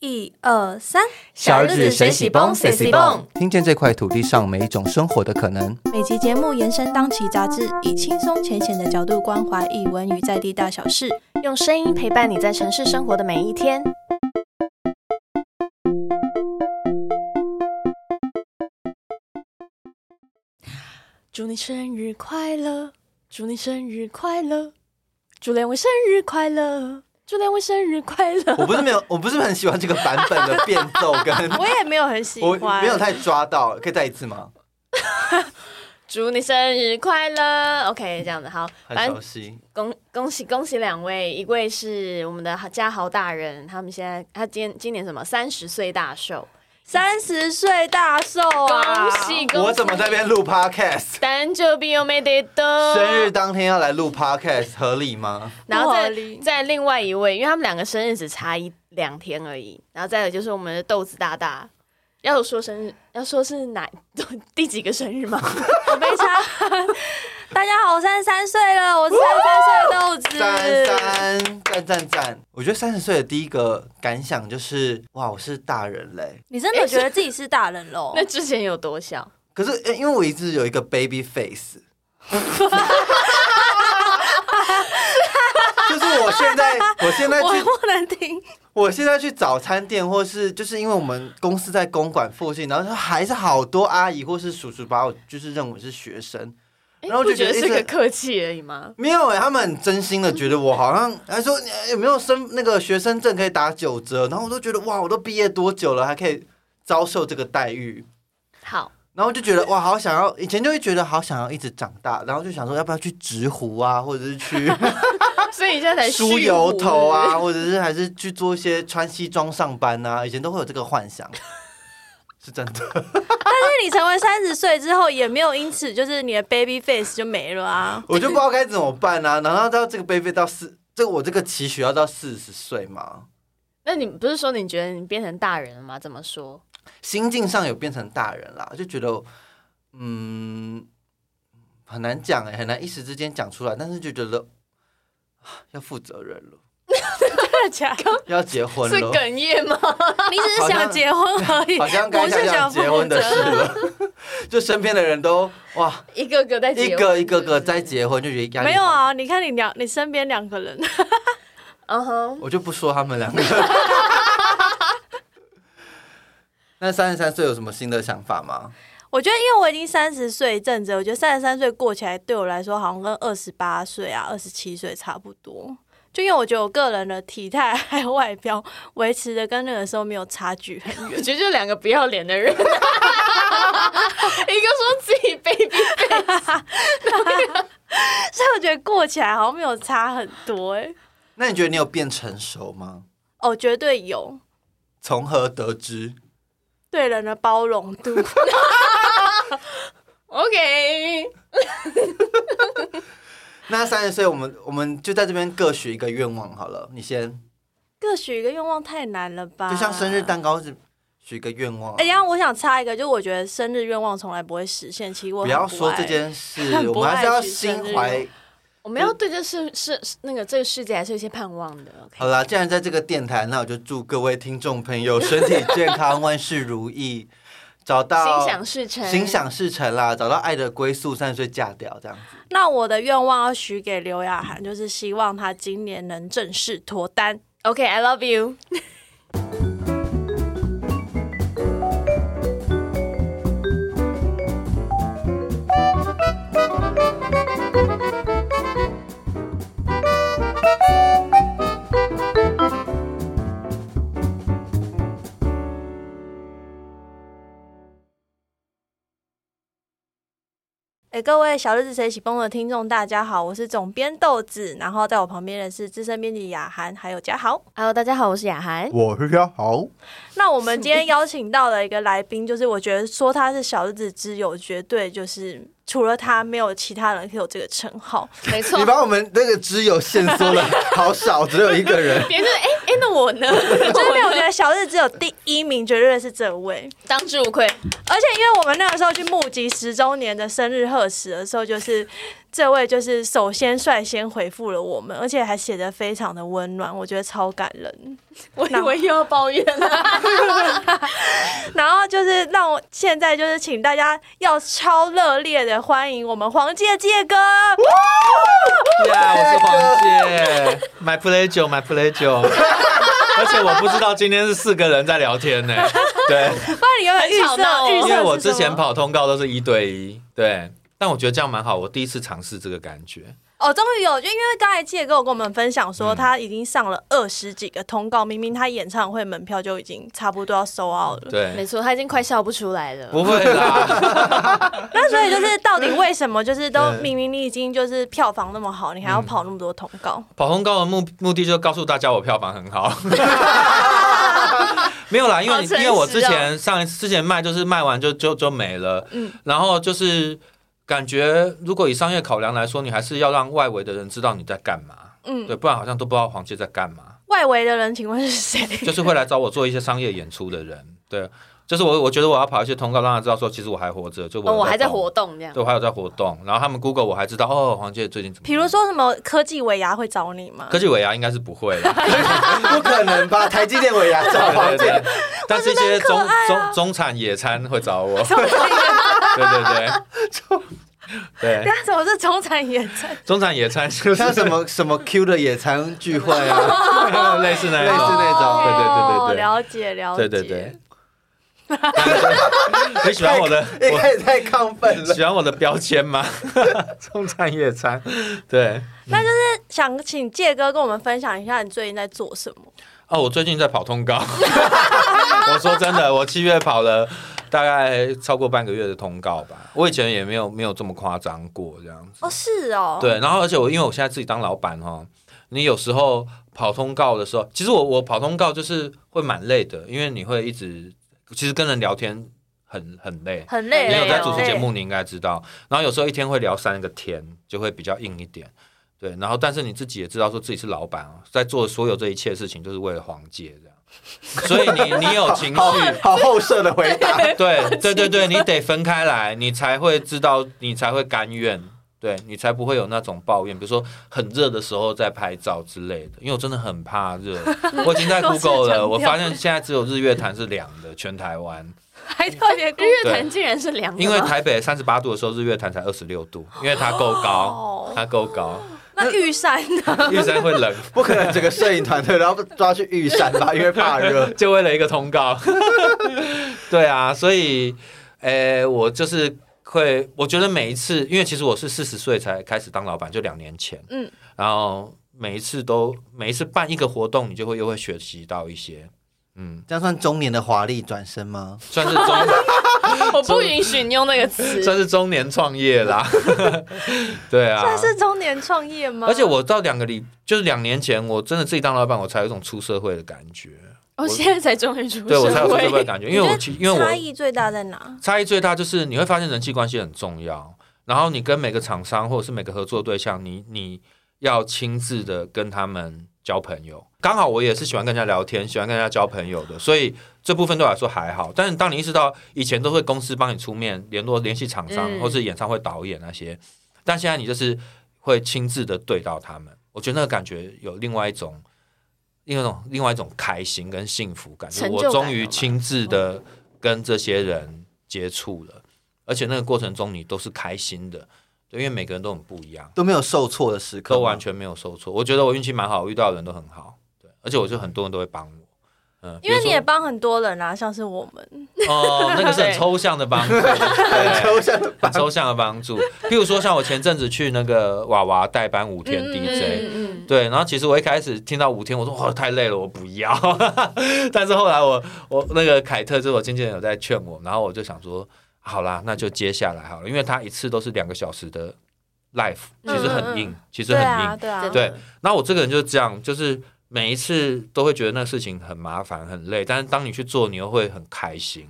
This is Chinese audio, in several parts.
一二三，小日子水洗蹦水洗蹦，听见这块土地上每一种生活的可能。每集节目延伸当期杂志，以轻松浅显的角度关怀译文与在地大小事。用声音陪伴你在城市生活的每一天。祝你生日快乐，祝你生日快乐，祝两位生日快乐，祝两位生日快乐。我不是没有，我不是很喜欢这个版本的变奏跟， 我也没有很喜我欢，没有太抓到，可以再一次吗？ 祝你生日快乐，OK，这样子好，很反熟正悉，恭恭喜恭喜两位，一位是我们的嘉豪大人，他们现在他今年今年什么三十岁大寿，三十岁大寿啊！恭喜！呃恭喜！我怎么在那边录 podcast？单就比我没得的生日当天要来录 podcast 合理吗？然后再不合理再另外一位，因为他们两个生日只差一两天而已。然后再有就是我们的豆子大大，要说生日，要说是哪 第几个生 日吗？我没差。 大家好，我三十三岁了，我是三十三岁三的豆子。三赞赞赞！我觉得三十岁的第一个感想就是，哇，我是大人嘞。你真的觉得自己是大人 喽？那之前有多小？可是呃因为我一直有一个 baby face，就是我现在，我现在我去，不能听。我现在去早餐店，或是就是因为我们公司在公馆附近，然后还是好多阿姨或是叔叔把我就是认为是学生，诶然后就不觉得觉得是一直个客气而已吗？没有哎、他们很真心的觉得我好像还说呃有没有生那个学生证可以打九折，然后我都觉得哇，我都毕业多久了还可以遭受这个待遇，好，然后就觉得哇，好想要，以前就会觉得好想要一直长大，然后就想说要不要去直湖啊，或者是去所以你现 在才梳蓄油胡头啊，，或者是还是去做一些穿西装上班啊，以前都会有这个幻想， 是真的。但是你成为三十岁之后，也没有因此就是你的 baby face 就没了啊。我就不知道该怎么办啊，难道到这个贝贝到四，这个我这个期许要到四十岁吗？那你不是说你觉得你变成大人了吗？怎么说？心境上有变成大人啦，就觉得嗯很难讲哎、很难一时之间讲出来，但是就觉得啊要负责任了，真的假的？要结婚啊是了，哽咽吗？你只是想结婚而已，好像不该是想想想结婚的事负责任。了， 就身边的人都哇 一个个在一结婚个一个个是不是在结婚，就觉得压力没有好大啊，你看你两，你身边两个人， 嗯哼，我就不说他们 两个。那三十三岁有什么新的想法吗？我觉得因为我已经三十岁一阵子，我觉得三十三岁过起来对我来说好像跟二十八岁啊、二十七岁差不多。就因为我觉得我个人的体态还有外表维持的跟那个时候没有差距很 我觉得就两个不要脸的 人，一个说自己 baby，所以我觉得过起来好像没有差很多哎、欸那你觉得你有变成熟吗？哦，绝对有从何得知？对人的包容度。 OK，那三十岁，我们我们就在这边各许一个愿望好了。你先，各许一个愿望太难了吧？就像生日蛋糕是许一个愿望，啊哎、呀，我想插一个，就是我觉得生日愿望从来不会实现，其实我很不要说爱这件事，很不我们还是要爱许 生日心愿望怀。我们要对这世世那个这个世界还是有一些盼望的。好 OK，啦，既然在这个电台，那我就祝各位听众朋友身体健 康，万事如意，找到心想事成，心想事成啦，找到爱的归宿，三十岁嫁掉这样子。那我的愿望要许给刘雅涵，就是希望她今年能正式脱单。 OK，I、love you。哎、各位小日子谁起风的听众，大家好，我是总编豆子，然后在我旁边的是资深编辑雅涵，还有嘉豪。 Hello，大家好，我是雅涵。我是嘉豪，那我们今天邀请到的一个来宾，就是我觉得说他是小日子之友，绝对就是除了他，没有其他人可以有这个称 号。没错你，把我们那个挚友限缩了，好少，只有一个人。 别人就哎哎，那我呢？ 就是因为我觉得小日是只有第一名，绝对是这位。当之无愧。而且因为我们那个时候去募集十周年的生日贺词的时候，就是这位就是首先率先回复了我们，而且还写的非常的温暖，我觉得超感人。我以为又要抱怨了，然后就是让我现在就是请大家要超热烈的欢迎我们黄玠玠哥，呀，我是黄姐，买 play 酒，买 play 酒，而且我不知道今天是四个人在聊天呢，对，不然你原本预很吵设、闹哦预设因是为我之什前么跑通告都是一对一，对，但我觉得这样蛮好，我第一次尝试这个感觉，哦，终于有，就因为刚才玠哥有跟我们分享嗯说，他已经上了二十几个通告，明明他演唱会门票就已经差不多要收 out 了。 没对，错，他已经快笑不出来了。不会啦，那所以就是到底为什么，就是都嗯对明明你已经就是票房那么好，你还要跑那么多通告？跑通告的目目的就是告诉大家我票房很 好。没有啦，因为好你诚因为我实之哦前上一次之前卖就是卖完就就就没了，嗯然后就是感觉如果以商业考量来说，你还是要让外围的人知道你在干嘛，嗯，对，不然好像都不知道黄杰在干 嘛，外围的人请问是谁？ 就是会来找我做一些商业演出的人，对，就是我我觉得我要跑一些通告，让他知道说其实我还活着，就我、哦，我还在活动，动这样。对，我还有在活动，然后他们 Google 我还知道哦，黄杰最近怎 么，比如。说什么科技尾牙会找你吗？ 科技尾牙应该是不会了，啊不可能吧？台积电尾牙找 对对黄姐，对，但是一些中啊中中产野餐会找 我，对对 对，对那怎么是中产演唱？中产野餐就是像什么什么 Q 的野餐聚会 啊， 类似那类一似种，那种。对对哦对了解了解。对对对。 你喜欢我的？也我开始 太亢奋了。喜欢我的标签吗？ 中餐野餐，对。想请介哥跟我们分享一下你最近在做什么？哦，我最近在跑通告。 我说真的，我七月跑了大概超过半个月的通告吧。我以前也没有没有这么夸张过这样子。哦，是哦，，对，然后而且我因为我现在自己当老板哦，你有时候跑通告的时候，其实我我跑通告就是会蛮累的，因为你会一直其实跟人聊天很很累。哦很累，你没有在很主持累节目，你应该知道。然后有时候一天会聊三个天，就会比较硬一点。对，然后但是你自己也知道，说自己是老板，哦在做所有这一切事情，就是为了黄姐这样。所以你你有情好绪，好后设的回啊 答，对对对对，你得分开来，你才会知道，你才会甘愿，对你才不会有那种抱怨，比如说很热的时候在拍照之类的。因为我真的很怕 热，我已经在都是强 Google 调了，我发现现在只有日月潭是凉的，全 台湾。还特别日月潭竟然是凉的因为吗，台北三十八度的时候，日月潭才二十六度，因为它够高哦，它够高，那玉山 呢？玉山会冷，不可能整个摄影团队然后抓去玉山吧，因为怕热。就为了一个通告。 对啊，所以，诶、我就是会，我觉得每一次，因为其实我是四十岁才开始当老板，就两年前，嗯嗯，然后每一次都每一次办一个活动，你就会又会学习到一些，嗯，这样算中年的华丽转身吗？算是中。我不允许你用那个词。算是中年创业啦， 对啊，算是中年创业吗？而且我到两个礼，就是两年前，我真的自己当老板，我才有一种出社会的感觉。 我现在才终于出对我才有社出社会的会，感觉，你因为我觉其得因为差我异最大在哪？差异最大就是你会发现人际关系很重要，然后你跟每个厂商或者是每个合作对象，你你要亲自的跟他们交朋友。刚好我也是喜欢跟人家聊天，喜欢跟人家交朋友的，所以这部分对我来说还好。但是当你意识到以前都会公司帮你出面联络联系厂商，嗯或是演唱会导演那些，但现在你就是会亲自的对到他们，我觉得那个感觉有另外一种。另外一种另外一种开心跟幸福感，就是成我就感终于了嘛亲嗯自的跟这些人接触了，而且那个过程中你都是开心的，对，因为每个人都很不一样，都没有受挫的时刻吗，都完全没有受挫。我觉得我运气蛮好，遇到的人都很好，对，而且我就很多人都会帮我，嗯，因为比你如也说帮很多人啊，像是我们，哦，那 个是很抽象的帮 助，很对抽象的很抽象的帮助。譬如说，像我前阵子去那个娃娃代班五天嗯嗯嗯 DJ，嗯，对，然后其实我一开始听到五天，我说哇太累了，我不要。 但是后来我我那个凯特就是我经纪人有在劝我，然后我就想说，好啦，那就接下来好了，因为他一次都是两个小时的 live，其实很硬，其实嗯对很啊，硬。对啊真，的对，那我这个人就是这样，就是每一次都会觉得那个事情很麻烦、很累，但是当你去做，你又会很开心。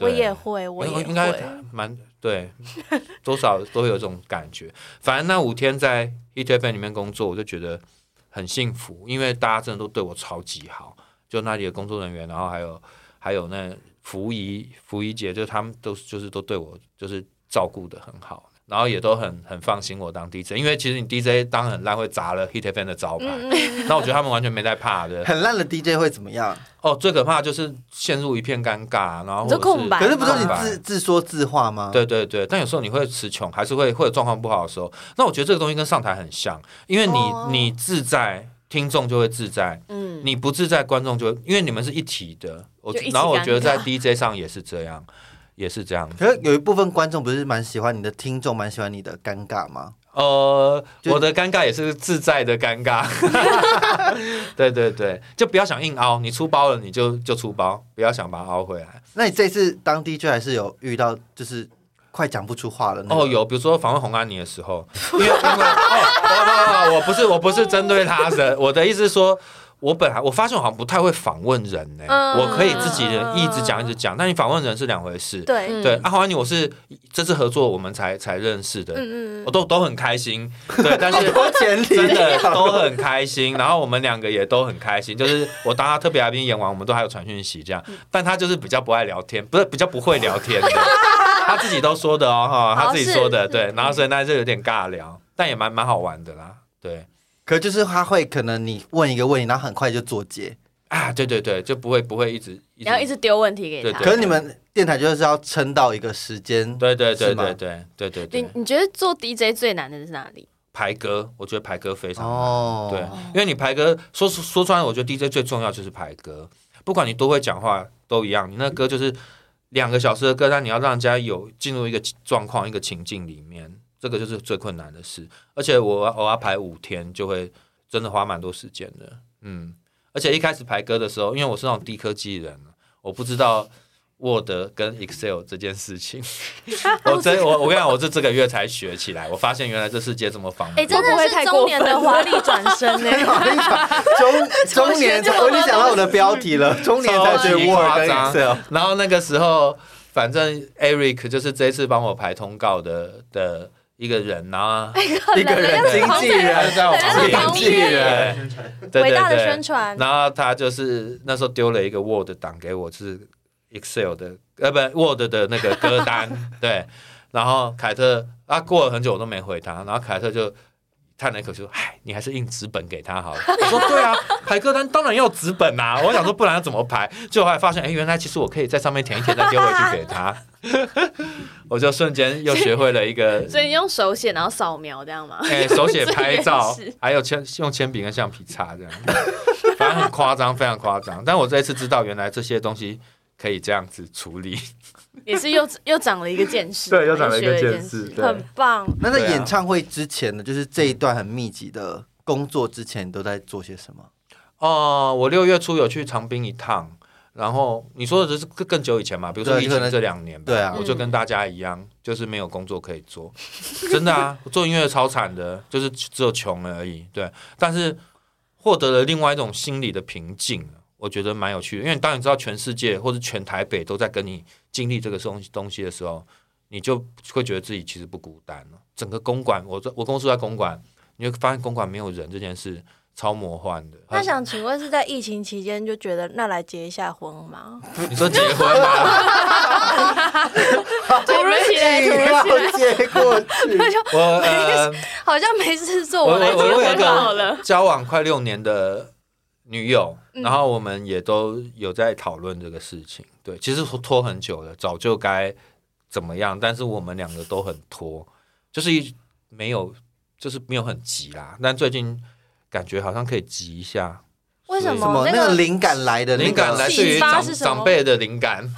我对也会，我也应应该会。蛮对， 多少都会有这种感觉。反正那五天在 Hit FM 里面工作，我就觉得很幸福，因为大家真的都对我超级好。就那里的工作人员，然后还有还有那服仪服仪姐，就他们都就是都对我就是照顾的很好，然后也都很很放心我当 DJ，因为其实你 DJ 当很烂会砸了 Hit FM 的招牌，嗯嗯， 那我觉得他们完全没在怕的。很烂的 DJ 会怎么样？哦，最可怕就是陷入一片尴尬，然后你说或者是空白可是不是你空白自自说自话吗？，对对对，但有时候你会词穷，还是会会有状况不好的时候。那我觉得这个东西跟上台很像，因为你、哦你自在，听众就会自在；嗯，你不自在，观众就会因为你们是一体的。我就一起然后我觉得尴尬在 DJ 上也是这样，也是这样。可是有一部分观众不是蛮喜欢你的，听众蛮喜欢你的尴尬吗？呃，就我的尴尬也是自在的 尴尬。对对对，就不要想硬凹，你出包了你就就出包，不要想把它凹回来。那你这次当 DJ 还是有遇到就是快讲不出话了？哦，，有，比如说访问红安妮的时候，因为因为哦，不不不，我不是我不是针对他的，我的意思是说，我本来我发现我好像不太会访问人呢、嗯我可以自己人一直讲一直讲，但你访问人是两回事。对，嗯对，啊，红安妮我是这次合作我们才才认识的，嗯嗯哦我都都很开心，对，但是多前 提真的都很开心，然后我们两个也都很开心。就是我当他特别来宾演完，我们都还有传讯息这样，但他就是比较不爱聊天，不是比较不会聊天的，他自己都说的哦，哈，他自己说的，是对。然后所以那就有点尬聊，但也蛮蛮好玩的啦，对可就是他会可能你问一个问题，然后很快就做结。啊，对对对，就不会不会一直你要一直丢问题给对他。对可是你们电台就是要撑到一个时间，对对对是吗对对对对你对你觉得做 DJ 最难的是哪里？排歌，我觉得排歌非常好。哦，对，因为你排歌，说说穿了，我觉得 DJ 最重要就是排歌，不管你多会讲话都一样，你那歌就是两个小时的歌，但你要让人家有进入一个状况、一个情境里面，这个就是最困难的事。而且我偶尔排五天，就会真的花蛮多时间的，嗯。而且一开始排歌的时候，因为我是那种低科技人，我不知道 Word 跟 Excel 这件事 情，我真我我跟你讲，我是这个月才学起来，我发现原来这世界这么方哎，便。真会不的会是太过中年的分华丽转身欸 呢。我 跟你讲，中中年才，我已经想到我的标题了，中年才学超级 Word 夸跟张 Excel。然后那个时候，反正 Eric 就是这一次帮我排通告的的一个人啊，一个人经纪他就人，在我旁边，经纪人，对伟对大的宣对。传，然后他就是那时候丢了一个 Word 档给我，是 Excel 的，呃，不 Word 的那个歌单，对。然后凯特啊，过了很久我都没回他，然后凯特就叹了一口气说：“哎，你还是印纸本给他好了。”我说：“对啊，排歌单当然要纸本啊。”我想说，不然要怎么排？最后还发现，哎，原来其实我可以在上面填一填，再丢回去给他。 我就瞬间又学会了一个所以你用手写然后扫描这样 吗？哎、手写拍照最原始，还有铅用铅笔跟橡皮擦这样，反正很夸张，非常夸张。但我这一次知道，原来这些东西可以这样子处理。也是又又长了一个见识，对又长了一个学见识对很棒。那在对啊演唱会之前呢，就是这一段很密集的工作之前，你都在做些什么？哦、我六月初有去长滨一趟，然后你说的是更更久以前嘛，比如说对疫可能情这两年吧，对啊我就跟大家一样，就是没有工作可以做， 真的啊，我做音乐超惨的，就是只有穷而已。对，但是获得了另外一种心理的平静，我觉得蛮有趣的。因为当你知道全世界或者全台北都在跟你经历这个东东西的时候，你就会觉得自己其实不孤单了。整个公馆，我在我公司在公馆，你会发现公馆没有人这件事超魔幻的。那想请问是在疫情期间就觉得那来结一下婚吗？你说结婚吗？突如其来，突如要其来，接过去， 我呃，好像没事做，我来我结我有一婚吧。好个了交往快六年的女友，嗯然后我们也都有在讨论这个事情。对，其实拖很久了，早就该怎么样，但是我们两个都很拖，就是一没有，就是没有很急啦。但最近感觉好像可以急一下，为什什么么那那个个灵感来的灵感来自于启发长是什么长辈的 灵感。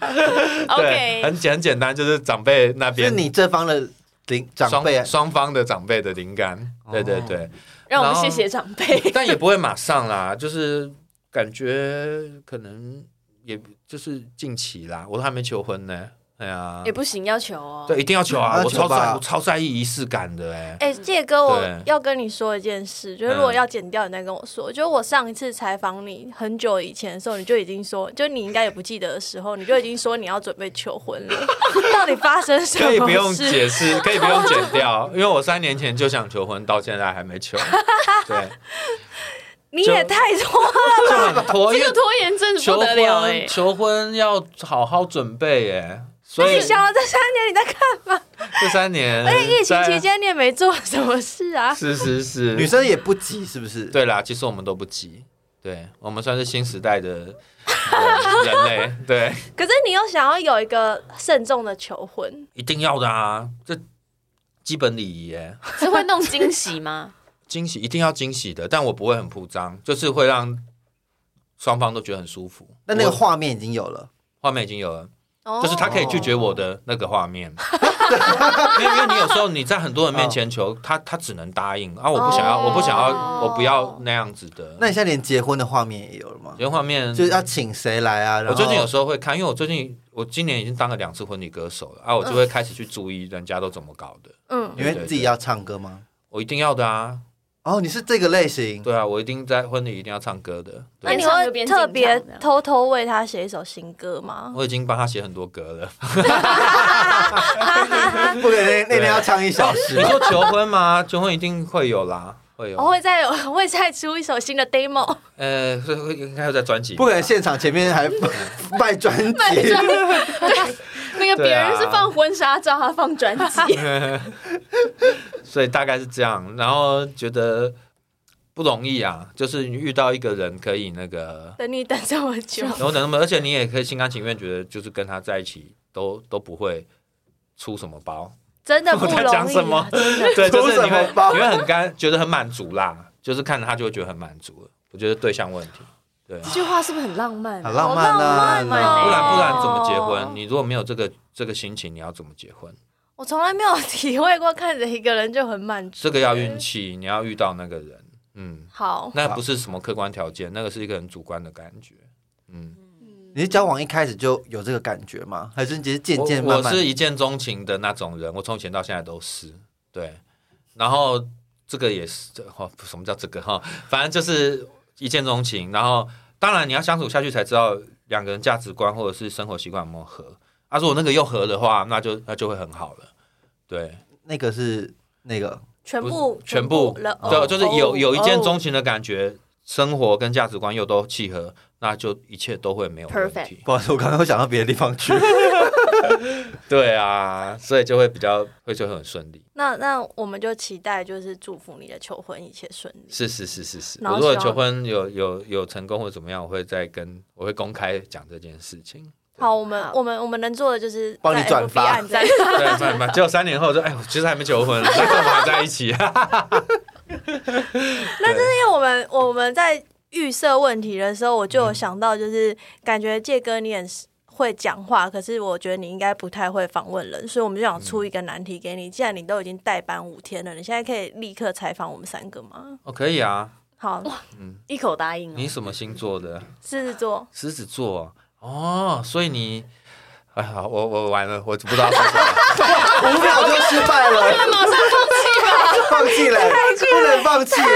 对， ，OK，很简很简单，就是长辈那是边你这方的灵长双辈啊，哦双方的长辈的灵感。对对对。让我们谢谢长辈。 但也不会马上啦，就是感觉可能也就是近期啦，我都还没求婚呢。哎呀也，不行，要求哦。对，一定要求啊！要我求超在吧我超在意仪式感的哎、 哎、介哥，我对嗯要跟你说一件事，就是如果要剪掉，你再跟我说。就是我上一次采访你很久以前的时候，你就已经说，就你应该也不记得的时候，你就已经说你要准备求婚了。 到底发生什可以不么用事？解释，可以不用 剪掉，因为我三年前就想求婚，到现在还没求。对，你也太拖了，这拖这延个拖延症不哦求得了哎婚，求婚要好好准备哎，所以你想了这三年你在干嘛？这三年哎而且疫情期在间你也没做什么事啊。是是是，女生也不急，是不是？，对啦，其实我们都不急，对我们算是新时代的人人类，对，可是你又想要有一个慎重的求婚，一定要的啊，这基本礼仪耶， 是会弄惊喜吗？惊喜一定要惊喜的，但我不会很铺张，就是会让双方都觉得很舒服。那那个我画面已经有了，画面已经有了，哦就是他可以拒绝我的那个画面，因为因为你有时候你在很多人面前求他，他只能答应啊，我不想要，我不想要，我不要那样子的。那你现在连结婚的画面也有了吗？原画面哦就是要请谁来啊？然我后最近有时候会看，因为我最近我今年已经当了两次婚礼歌手了啊，我就会嗯开始去注意人家都怎么搞的。嗯，你会自己要唱歌吗？我一定要的啊，哦，你是这个类型，对啊，我一定在婚礼一定要唱歌的。那哎你对，边唱就边会特进别场这样偷偷为他写一首新歌吗？我已经帮他写很多歌 了。不可能那天要唱一小时 你。说求婚吗？求婚一定会有啦，会我哦哦有。会再有，我会再出一首新的 demo，呃，会会应该会在专辑里吧。不可能现场前面 还卖专辑， 那个别人是放婚纱照，他放专辑，所以大概是这样。然后觉得不容易啊，就是你遇到一个人可以那个， 等你等这么 久。然后等那么，而且你也可以心甘情愿觉得，就是跟他在一起都都不会出什么包。真的不我容易、在啊，讲什么真的 对，就出是什你会么包你会很干，觉得很满足啦，就是看着他就会觉得很满足了。我觉得对象问题，对， 啊这句话是不是很浪漫好浪漫啊！好浪漫哦不然不然哦怎么结婚？你如果没有这个这个心情，你要怎么结婚？我从来没有体会过看着一个人就很满足。这个要运气，你要遇到那个人，嗯，好，那不是什么客观条件，那个是一个很主观的感觉，嗯，你是交往一开始就有这个感觉吗？还是你只是渐渐我慢我慢？是一见钟情的那种人，我从以前到现在都是对。然后这个也是，这哦，什么叫这个哈？反正就是一见钟情。然后当然你要相处下去才知道两个人价值观或者是生活习惯有没有合。啊，如果那个又合的话，那就那就会很好了。对，那个是那个全不部是全部了，就哦就是有有一见钟哦情的感觉，生活跟价值观又都契合，那就一切都会没有问 Perfect 题。不好意思，我刚刚又想到别的地方 去。对啊，所以就会比较会就会很顺利。那那我们就期待就是祝福你的求婚一切顺利。是是是是是，然我后如果希望求婚有有有成功或者怎么样，我会再跟我会公开讲这件事 情。好，我们好我们我们能做的就是帮你在转 FB 发按赞对，慢慢，结果三年后就哎，我其实还没求婚，但是我们还在一起 啊。那就是因为我们我们在预设问题的时候，我就有想到，就是感觉介哥你很会讲话，可是我觉得你应该不太会访问人，所以我们就想出一个难题给你。既然你都已经代班五天了，你现在可以立刻采访我们三个吗？哦，可以啊。好，一口答应你哦。什么星座的？狮子座，狮子座哦，所以你，哎呀，我我完了，我不知道说什么。 五秒就失败了，马上放弃吧，放弃了，不能放弃了。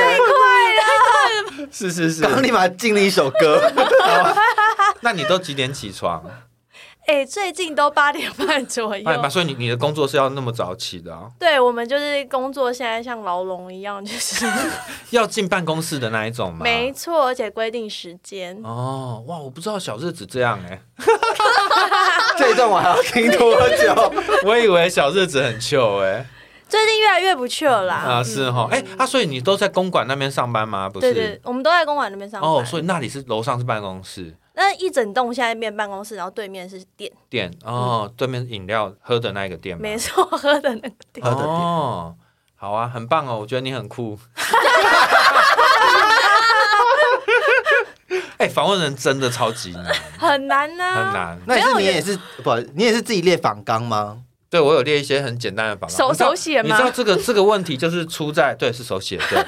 是是是刚，刚立马进了一首 歌，那你都几点起床？哎、最近都八点半左右哎。妈，所以你你的工作是要那么早起的啊？对，我们就是工作，现在像牢笼一样，就是要进办公室的那一种吗？没错，而且规定时间。哦，哇，我不知道小日子这样哎、这一段我还要听多久？ 我以为小日子很 chill 哎、最近越来越不去了啦。嗯啊，是哈，哎、啊，所以你都在公馆那边上班吗？不对是，对，我们都在公馆那边上班。哦，所以那里是楼上是办公室那一整栋现在变办公室，然后对面是店，店，哦，对面饮料喝的那个店吗？嗯没错， 喝的那个店。喝的店嗯哦，好啊，很棒哦，我觉得你 很酷。哎、访问人真的超级难，很难啊呐、很。难。那也是你也是不好意思，你也是自己列访纲吗？对我有列一些很简单的访问，手你知道手写吗你知道这个这个问题就是出在对是手写，对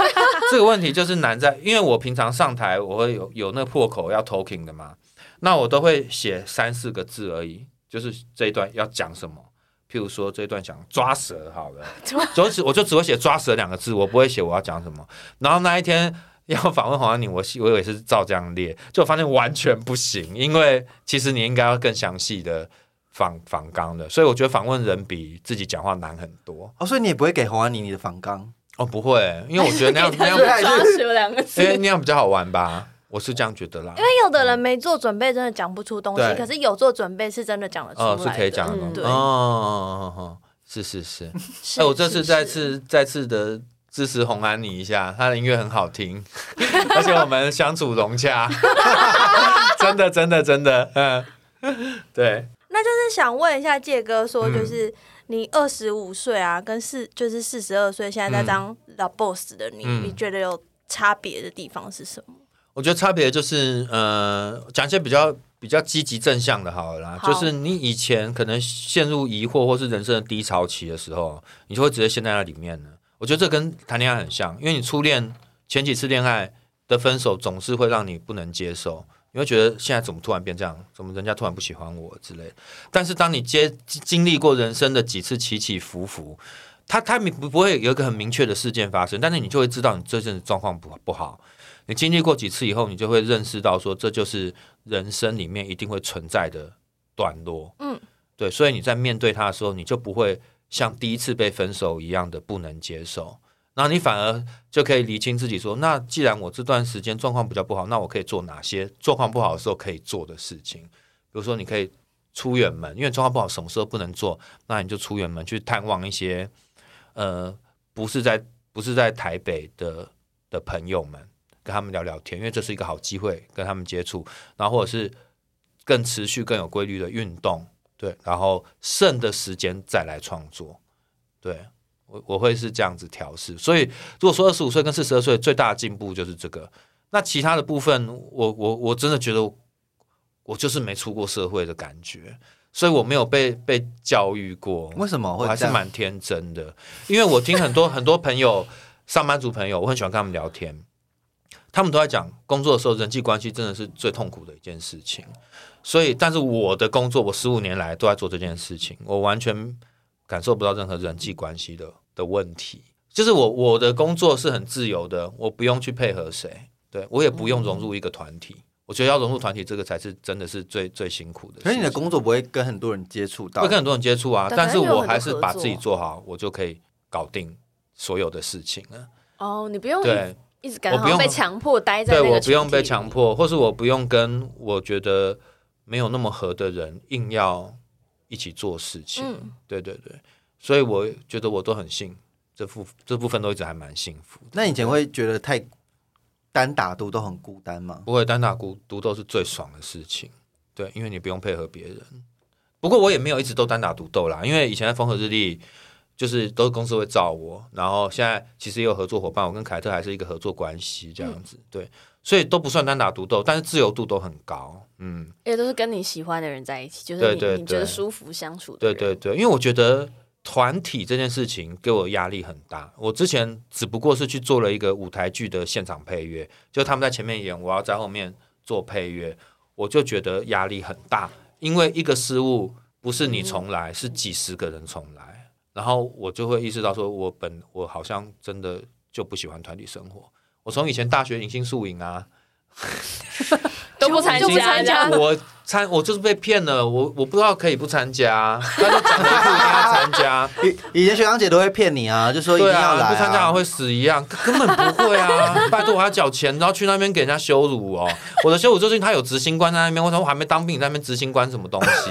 这个问题就是难在，因为我平常上台我会有有那破口要 talking 的嘛，那我都会写三四个字而已，就是这一段要讲什么。譬如说这一段想抓蛇好 了，就只我就只会写抓蛇两个字，我不会写我要讲什么。然后那一天 要访问黄安宁，我是我也是照这样列，就发现完全不行，因为其实你应该要更详细的访访纲的，所以我觉得访问人比自己讲话难很多。哦，所以你也不会给洪安妮你的访纲，哦，不会，因为我觉得那样那他样说对样，还是抓鼠两个字因，为那样比较好玩吧，我是这样觉得啦。因为有的人没做准备，真的讲不出东西；嗯对可是有做准备，是真的讲得出来哦，的。是可以讲的嗯东西。对哦哦哦哦，是是是。是哎，我这次是再是次再次的支持红安妮一下，她的音乐很好听，而且我们相处融洽，真的真的真的，嗯，对，但是想问一下介哥说，嗯就是你二十五岁啊，跟四就是四十二岁，现在在当老 boss 的你，嗯你觉得有差别的地方是什么？我觉得差别就是，呃，讲一些比较比较积极正向的好了啦，好就是你以前可能陷入疑惑或是人生的低潮期的时候，你就会直接陷在那里面了。我觉得这跟谈恋爱很像，因为你初恋前几次恋爱的分手总是会让你不能接受，你会觉得现在怎么突然变这样，怎么人家突然不喜欢我之类的。但是当你接经经历过人生的几次起起伏伏，它它不不会有一个很明确的事件发生，但是你就会知道你这阵子状况不不好。你经历过几次以后，你就会认识到说，这就是人生里面一定会存在的段落。嗯，对，所以你在面对它的时候，你就不会像第一次被分手一样的不能接受，然后你反而就可以理清自己说，那既然我这段时间状况比较不好，那我可以做哪些状况不好的时候可以做的事情？比如说，你可以出远门，因为状况不好，什么时候不能做，那你就出远门去探望一些呃，不是在不是在台北的的朋友们。跟他们聊聊天，因为这是一个好机会跟他们接触，然后或者是更持续、更有规律的运动，对，然后剩的时间再来创作，对我我会是这样子调试。所以如果说二十五岁跟四十二岁最大的进步就是这个，那其他的部分，我我我真的觉得我就是没出过社会的感觉，所以我没有被被教育过，为什么我会还这是样？蛮天真的，因为我听很多很多朋友，上班族朋友，我很喜欢跟他们聊天，他们都在讲工作的时候人际关系真的是最痛苦的一件事情。所以，但是我的工作，我十五年来都在做这件事情，我完全感受不到任何人际关系的的问题。就是我我的工作是很自由的，我不用去配合谁，对我也不用融入一个团体。我觉得要融入团体，这个才是真的是最最辛苦的事情。可是你的工作不会跟很多人接触到会，跟很多人接触啊，对但是可能有我很多还是把自己合作做好，我就可以搞定所有的事情了。哦，你不用对，一直感觉我好不用像被强迫待在对那个我不用群被体强里迫，或是我不用跟我觉得没有那么合的人硬要一起做事情。嗯对对对，所以我觉得我都很幸，这部这部分都一直还蛮幸福的。那以前会觉得太单打独都很孤单吗？不会单打孤独斗是最爽的事情，对，因为你不用配合别人。不过我也没有一直都单打独斗啦，因为以前在风和日丽，就是都是公司会找我，然后现在其实也有合作伙伴，我跟凯特还是一个合作关系这样子，对，所以都不算单打独斗，但是自由度都很高，嗯，也都是跟你喜欢的人在一起，就是你对对你觉得对舒服相处的对人。对对，因为我觉得团体这件事情给我压力很大。我之前只不过是去做了一个舞台剧的现场配乐，就他们在前面演，我要在后面做配乐，我就觉得压力很大，因为一个失误不是你重来，是几十个人重来，然后我就会意识到说，我本我好像真的就不喜欢团体生活。我从以前大学迎新宿营啊，都不就参就不参加 加我参我就是被骗了，我我不知道可以不参加，他就讲了一副一定要参加，以以前学长姐都会骗你啊，就说一定对要来、不参加好像会死一样，根本不 会啊！拜托，我还要缴钱，然后去那边给人家羞辱哦。我的羞辱就是因为他有执行官在那边，我想我还没当兵，你在那边执行官什么 东西？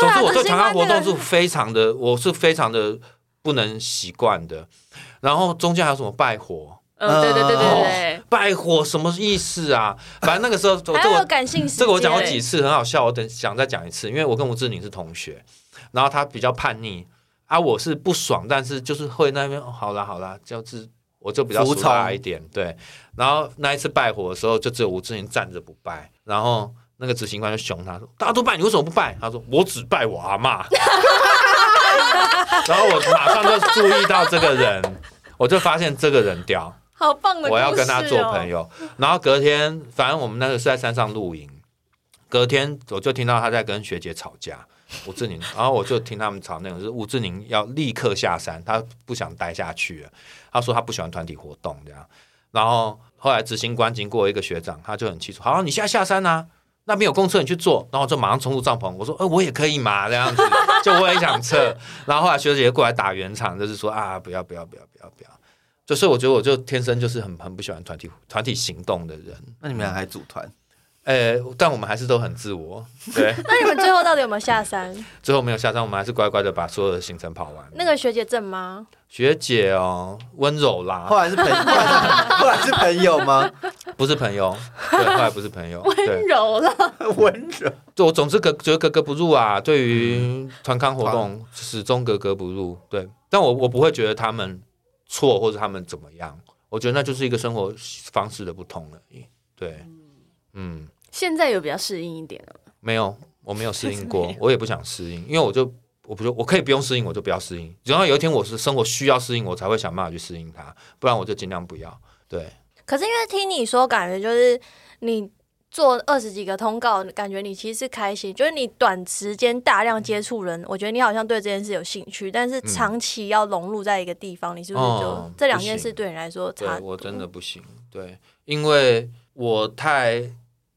总啊之，我对执行团康活官这动个是非常的，我是非常的不能习惯的。然后中间还有什么拜火？嗯，对对对对哦对哎拜火什么意思啊？反正那个时候，这哎还有我感性时间这个我讲欸过几次，很好笑。我等想再讲一次，因为我跟吴志宁是同学，然后他比较叛逆啊，我是不爽，但是就是会那边、哦好啦好啦，就是我就比较服俗辣从一点，对。然后那一次拜火的时候，就只有吴志宁站着不拜，然后那个执行官就凶他说：“大家都拜，你为什么不拜？”他说：“我只拜我阿妈。” 然后我马上就注意到这个人，我就发现这个人屌。 好棒的、哦我要跟他做朋。友。然后隔天，反正我们那个是在山上露营，隔天我就听到他在跟学姐吵架，吴志宁，然后我就听他们吵那种，就是吴志宁要立刻下山，他不想待下去了，他说他不喜欢团体活动这样。然后后来执行官经过一个学长，他就很气楚，好，你现在下山啊。那边有公车，你去坐。然后我就马上冲入帐篷，我说：“呃，我也可以嘛，这样子， 就我也想撤。”然后后来学姐过来打圆场，就是说：“啊，不要，不要，不要，不要，不要。”就所以我觉得我就天生就是很很不喜欢团体团体行动的人，那你们俩还组团？呃，但我们还是都很自我， 对，那你们最后到底有没有下山？最后没有下山，我们还是乖乖的把所有的行程跑完。那个学姐正吗？学姐哦，温柔 啦，后来是朋， 后来是后来是朋友 吗？不是朋 友，对，后来不是朋友，对 温，柔了，温柔，就我总之格觉得格格不入啊，对于团康活动始终格格不入。对，但我我不会觉得他们错或者他们怎么样，我觉得那就是一个生活方式的不同而已。对，嗯， 现在有比较适应一点哦了。没有，我 没有适应过，我也不想适应，因为我就我不就我可以不用适应，我就不要适应。然后有一天我是生活需要适应，我才会想办法去适应它，不然我就尽量不要。对，可是因为听你说，感觉就是你做二十几个通告，感觉你其实是开心，就是你短时间大量接触嗯人，我觉得你好像对这件事有兴趣，但是长期要融入在一个地方，你是不是就哦这两件不事行对你来说对差？我真的，不行，对，因为我太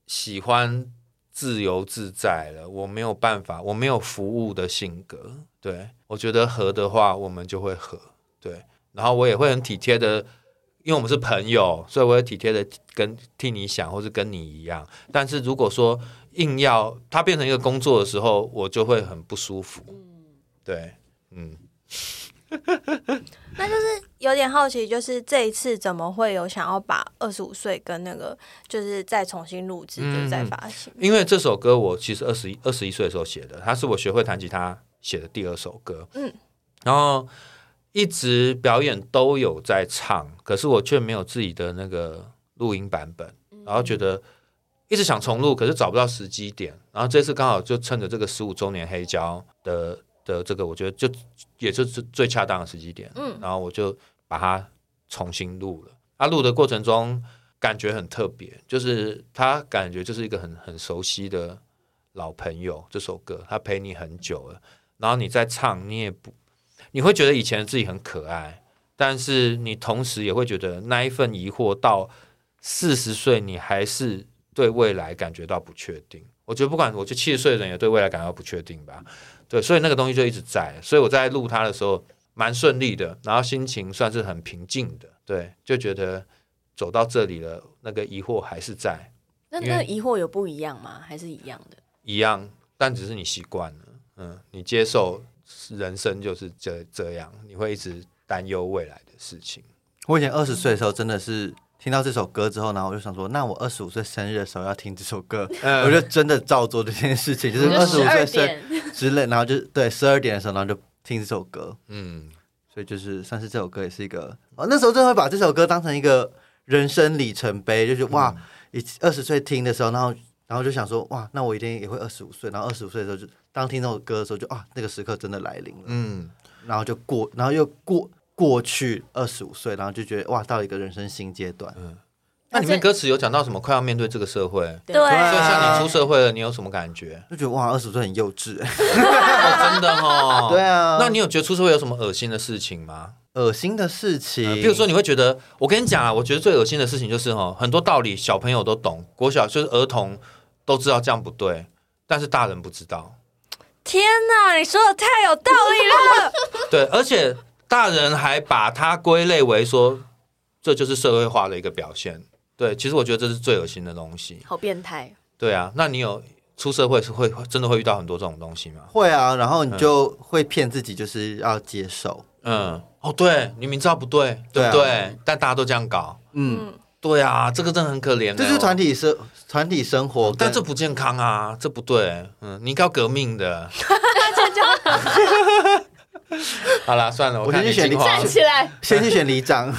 喜欢自由自在了，我没有办法，我没有服务的性格。对我觉得合的话，我们就会合。对，然后我也会很体贴的，因为我们是朋友，所以我会体贴的跟替你想，或是跟你一样。但是如果说硬要它变成一个工作的时候，我就会很不舒服。对，嗯。那就是有点好奇，就是这一次怎么会有想要把二十五岁跟那个就是再重新录制，嗯就是再发行？因为这首歌我其实二十一二十一岁的时候写的，它是我学会弹吉他写的第二首歌。嗯嗯，然后一直表演都有在唱，可是我却没有自己的那个录音版本，然后觉得一直想重录，可是找不到时机点。然后这次刚好就趁着这个十五周年黑胶的的这个，我觉得就也就是最恰当的时机点。嗯嗯，然后我就把它重新录了。啊，录的过程中感觉很特别，就是他感觉就是一个很很熟悉的老朋友。这首歌他陪你很久了，然后你在唱，你也不，你会觉得以前的自己很可爱，但是你同时也会觉得那一份疑惑到四十岁，你还是对未来感觉到不确定。我觉得不管，我觉得七十岁的人也对未来感到不确定吧。对，所以那个东西就一直在。所以我在录它的时候蛮顺利的，然后心情算是很平静的。对，就觉得走到这里了，那个疑惑还是在那因为那疑惑有不一样吗？还是一样的？一样，但只是你习惯了，嗯，你接受人生就是这这样，你会一直担忧未来的事情。我以前二十岁的时候，真的是听到这首歌之后，然后我就想说，那我二十五岁生日的时候要听这首 歌，嗯我就真的照做这件事情，就是你二就十五十岁二生点，之类，然后就对十二点的时候，然后就听这首歌，嗯，所以就是算是这首歌也是一个，哦，那时候真的会把这首歌当成一个人生里程碑，就是哇，嗯一二十岁听的时候，然后然后就想说，哇，那我一定也会二十五岁，然后二十五岁的时候就当听这首歌的时候就，啊，那个时刻真的来临了，嗯，然后就过，然后又过过去二十五岁，然后就觉得哇，到了一个人生新阶段，嗯那里面这歌词有讲到什么快要面对这个社会，对对所以像你啊出社会了，你有什么感觉？就觉得哇，二十岁很幼稚， 欸哦，真的哦，对。啊，那你有觉得出社会有什么恶心的事情吗？恶心的事情，呃比如说，你会觉得，我跟你讲啊，我觉得最恶心的事情就是哦，很多道理小朋友都懂，国小就是儿童都知道这样不对，但是大人不知道。天哪，你说的太有道理了！对，而且大人还把它归类为说，这就是社会化的一个表现。对，其实我觉得这是最恶心的东西。好变态，哦对啊，那你有出社会是会会真的会遇到很多这种东西吗？会啊，然后你就会骗自己，就是要接受，嗯，哦，对，你明知道不对，对不对？对啊但大家都这样搞，嗯。对啊，这个真的很可怜欸。这就是团体生团体生活我，跟，但这不健康啊，这不对。嗯，你应该要革命的。 好啦，算了，我我看先你去选精华你 站。起来，先去选里 长，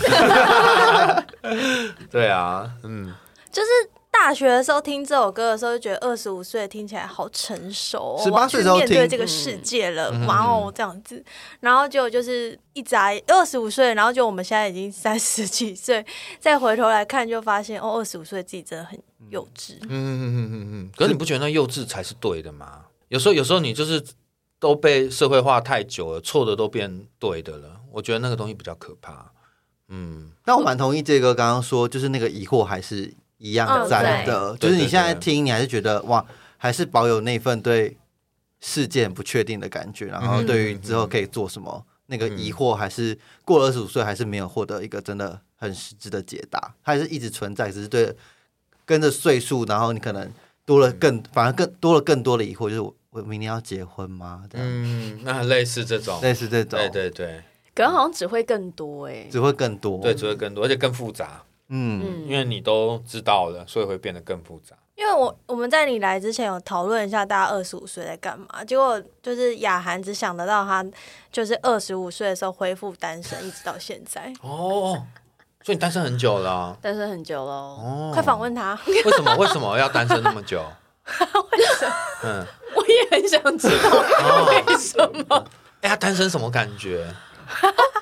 对啊，嗯，就是大学的时候听这首歌的时候，就觉得二十五岁听起来好成熟、哦， 18我要去岁的时候面对听这个世界了，嗯哇哦这样子。然后就就是一眨二十五岁，然后就我们现在已经三十几岁，再回头来看，就发现哦，二十五岁自己真的很幼稚。嗯嗯嗯嗯嗯，可是你不觉得那幼稚才是对的吗？有时候，有时候你就是都被社会化太久了，错的都变对的了。我觉得那个东西比较可怕。嗯，那我蛮同意这个刚刚说，就是那个疑惑还是一样嗯在对的，对就是你对现在对听，你还是觉得哇，还是保有那份对事件不确定的感觉，然后嗯对于之后可以做什么那个疑惑，还是过了二十五岁还是没有获得一个真的很实质的解答，它还是一直存在，只是对跟着岁数，然后你可能多了嗯更，反而更多了更多的疑惑，就是我我明年要结婚吗？这样、嗯，那类似这种，类似这种，对对对可能好像只会更多哎、只会更多，对，只会更多，而且更复杂，嗯，嗯因为你都知道了，所以会变得更复杂。因为我我们在你来之前有讨论一下大家二十五岁在干嘛，结果就是雅涵只想得到她就是二十五岁的时候恢复单身，一直到现在，哦，所以你单身很久了 啊、单身很久喽。哦，快访问她。为什么为什么要单身那么久？嗯，我也很想知 道 哦，为什么，哎、他单身什么感觉？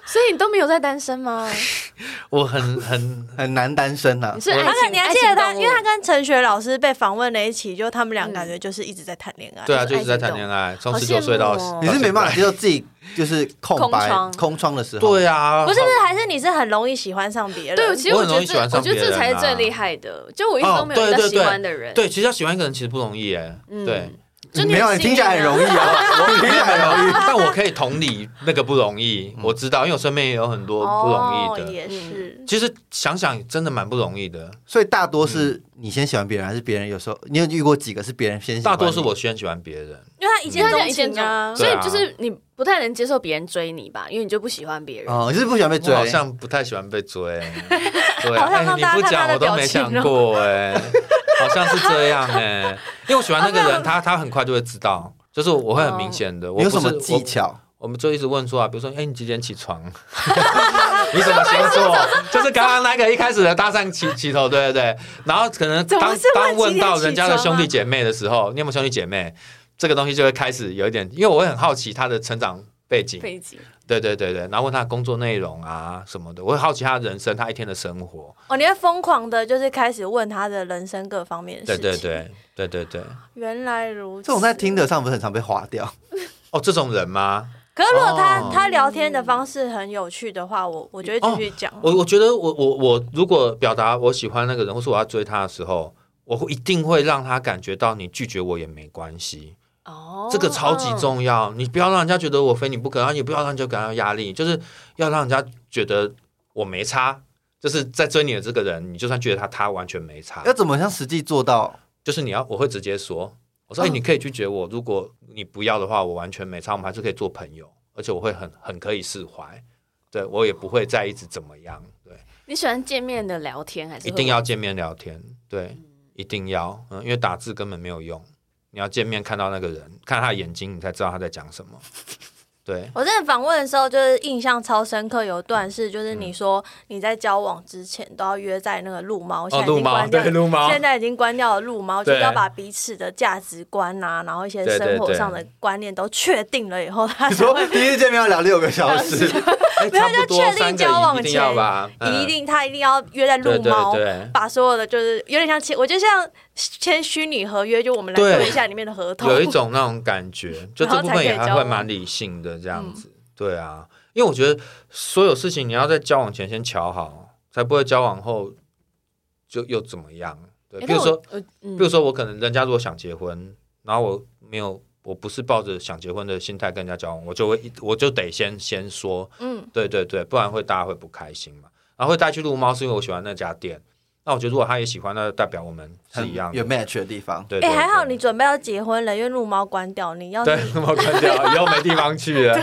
所以你都没有在单身 吗？我很很很难单身呐、啊嗯你。是爱而且情？你还记得爱他，情动物因为他跟陈雪老师被访问那一期，就他们俩感觉就是一直在谈恋爱。对啊，就一直在谈恋爱，从好十九岁到羡慕哦你是没办法到现在接受自己就是空白空窗空窗的时候，对啊，不是不是，还是你是很容易喜欢上别人？对，其实我觉我得很容易这喜欢，上我觉得别人这啊才是最厉害的。就我一直都没有哦遇对到对喜对欢的人，对，其实要喜欢一个人其实不容易耶，嗯对，就你没有，你听起来很容易啊，我听 起来很容易。但我可以同理那个不容易，我知道，因为我身边也有很多不容易哦、的。也是。其实想想真的蛮不容易的， 所以大多是嗯你先喜欢别人，还是别人有时候你有遇过几个是别人先喜欢大你？多是我先喜欢别人，因为他一因见为他钟讲一见情钟啊，所对以啊就是你不太能接受别人追你吧，因为你就不喜欢别人。哦，你是不是不喜欢被追，我好像不太喜欢被追， 对啊，好像让哎你大家不看他讲的我都表没情想哦过哎，好像是这样哎， 因为我喜欢那个人，他他很快就会知道，就是我会很明显的，我你有不什么是技？巧？我我们就一直问说啊，比如说，哎，你几点起 床？你什么星座？ 就是刚刚那个一开始的搭讪起起头，对对对。然后可能怎么当是问当问到人家的几点起床兄啊弟姐妹的时候，你有没有兄弟姐妹？这个东西就会开始有一点，因为我会很好奇他的成长背景，背景对对对对，然后问他的工作内容啊什么的，我会好奇他的人生，他一天的生活。哦，你会疯狂的，就是开始问他的人生各方面的对事情。对，对对对对。原来如此。这种在听得上不是很常被划 掉？哦，这种人吗？可是如果他、哦他聊天的方式很有趣的话，我我就会继续讲。我我觉得我我我如果表达我喜欢那个人，或是我要追他的时候，我会一定会让他感觉到你拒绝我也没关系，哦，这个超级嗯。重要。你不要让人家觉得我非你不可，然后也不要让人家感到压力，就是要让人家觉得我没差。就是在追你的这个人，你就算觉得他他完全没差，呃要怎么像实际做到？就是你要，我会直接说，我嗯说、哎，你可以拒绝我，如果你不要的话，我完全没差，我们还是可以做朋友，而且我会很很可以释怀，对我也不会再一直怎么样，对，你喜欢见面的聊天还是一定要见面聊天，嗯对，一定要，嗯，因为打字根本没有用，你要见面看到那个人，看他的眼睛，你才知道他在讲 什么，对，我之前访问的时候，就是印象超深刻，有一段是就是你说你在交往之前都要约在那个路猫，现在已经关掉，撸哦猫现在已经关掉了路猫，就对是要把彼此的价值观啊，然后一些对对生活对上的观念都确定了以后，他你 才说会第一次见面要聊六个小时，哎没有差不多就确定三个交往一定要前吧， 嗯一定他一定要约在对路对猫，对。把所有的就是有点像签，我就像签虚拟合约，就我们来对对一下里面的合同。有一种那种感觉，就这部分也然后才可以还交会往嗯蛮理性的这样子。对啊，因为我觉得所有事情你要在交往前先瞧好，才不会交往后就又怎么样。对，哎比如说，，但我呃嗯比如说我可能人家如果想结婚，然后我没有，我不是抱着想结婚的心态跟人家交往，我就会一我就得先先说， 嗯，对对对，不然会大家会不开心嘛。然后会带去撸猫是因为我喜欢那家店，那我觉得如果他也喜欢，那就代表我们 是一样有的。 match 的地方。对，哎、对还好对你准备要结婚了，因为路猫关掉，你要是对，那么关掉，以后没地方去了。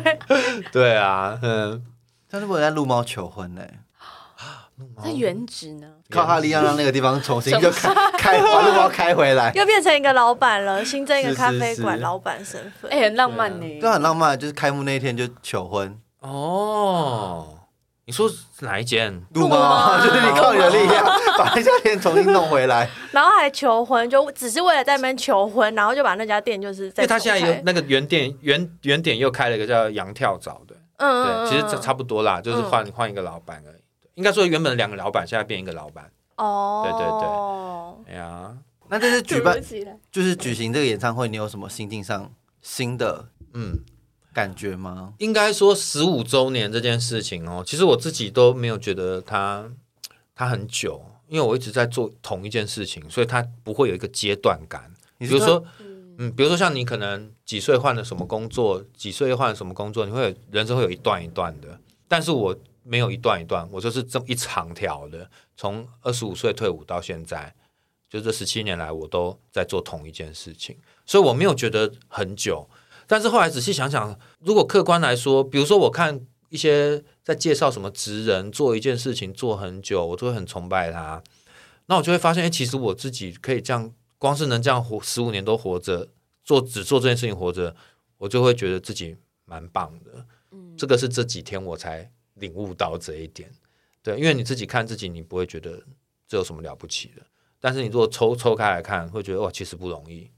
对啊，嗯，但是我在撸猫求婚呢，那原值呢？哦靠他力量让那个地方重新就开开把撸猫 开回来，又变成一个老板了，新增一个是咖是啡馆是老板身份。哎，很浪漫呢。啊就很浪漫。就是开幕那一天就求婚，哦，你说是哪一间？撸猫 就是你靠你的力量把那家店重新弄回 来。然后还求婚，就只是为了在那边求婚，然后就把那家店就是因在为他现在有那个原点原原点又开了一个叫羊跳蚤的，嗯嗯对，其实这嗯差不多啦，就是换换一个老板而已。应该说原本的两个老板，现在变一个老板。哦，哎呀，那这是举办，起来，就是举行这个演唱会，你有什么心境上新的嗯，感觉吗？应该说十五周年这件事情哦，其实我自己都没有觉得它它很久，因为我一直在做同一件事情，所以它不会有一个阶段感。你比是如说，嗯，比如说像你可能几岁换了什么工作，几岁换了什么工作，你会有人生会有一段一段的。但是我没有一段一段，我就是这么一长条的，从二十五岁退伍到现在，就这十七年来，我都在做同一件事情，所以我没有觉得很久。但是后来仔细想想，如果客观来说，比如说我看一些在介绍什么职人做一件事情做很久，我就会很崇拜他。那我就会发现，哎、其实我自己可以这样，光是能这样活十五年都活着，做只做这件事情活着，我就会觉得自己蛮棒的。这个是这几天我才领悟到这一点。对，因为你自己看自己，你不会觉得这有什么了不起的。但是你如果抽抽开来看，会觉得哇，其实不容易。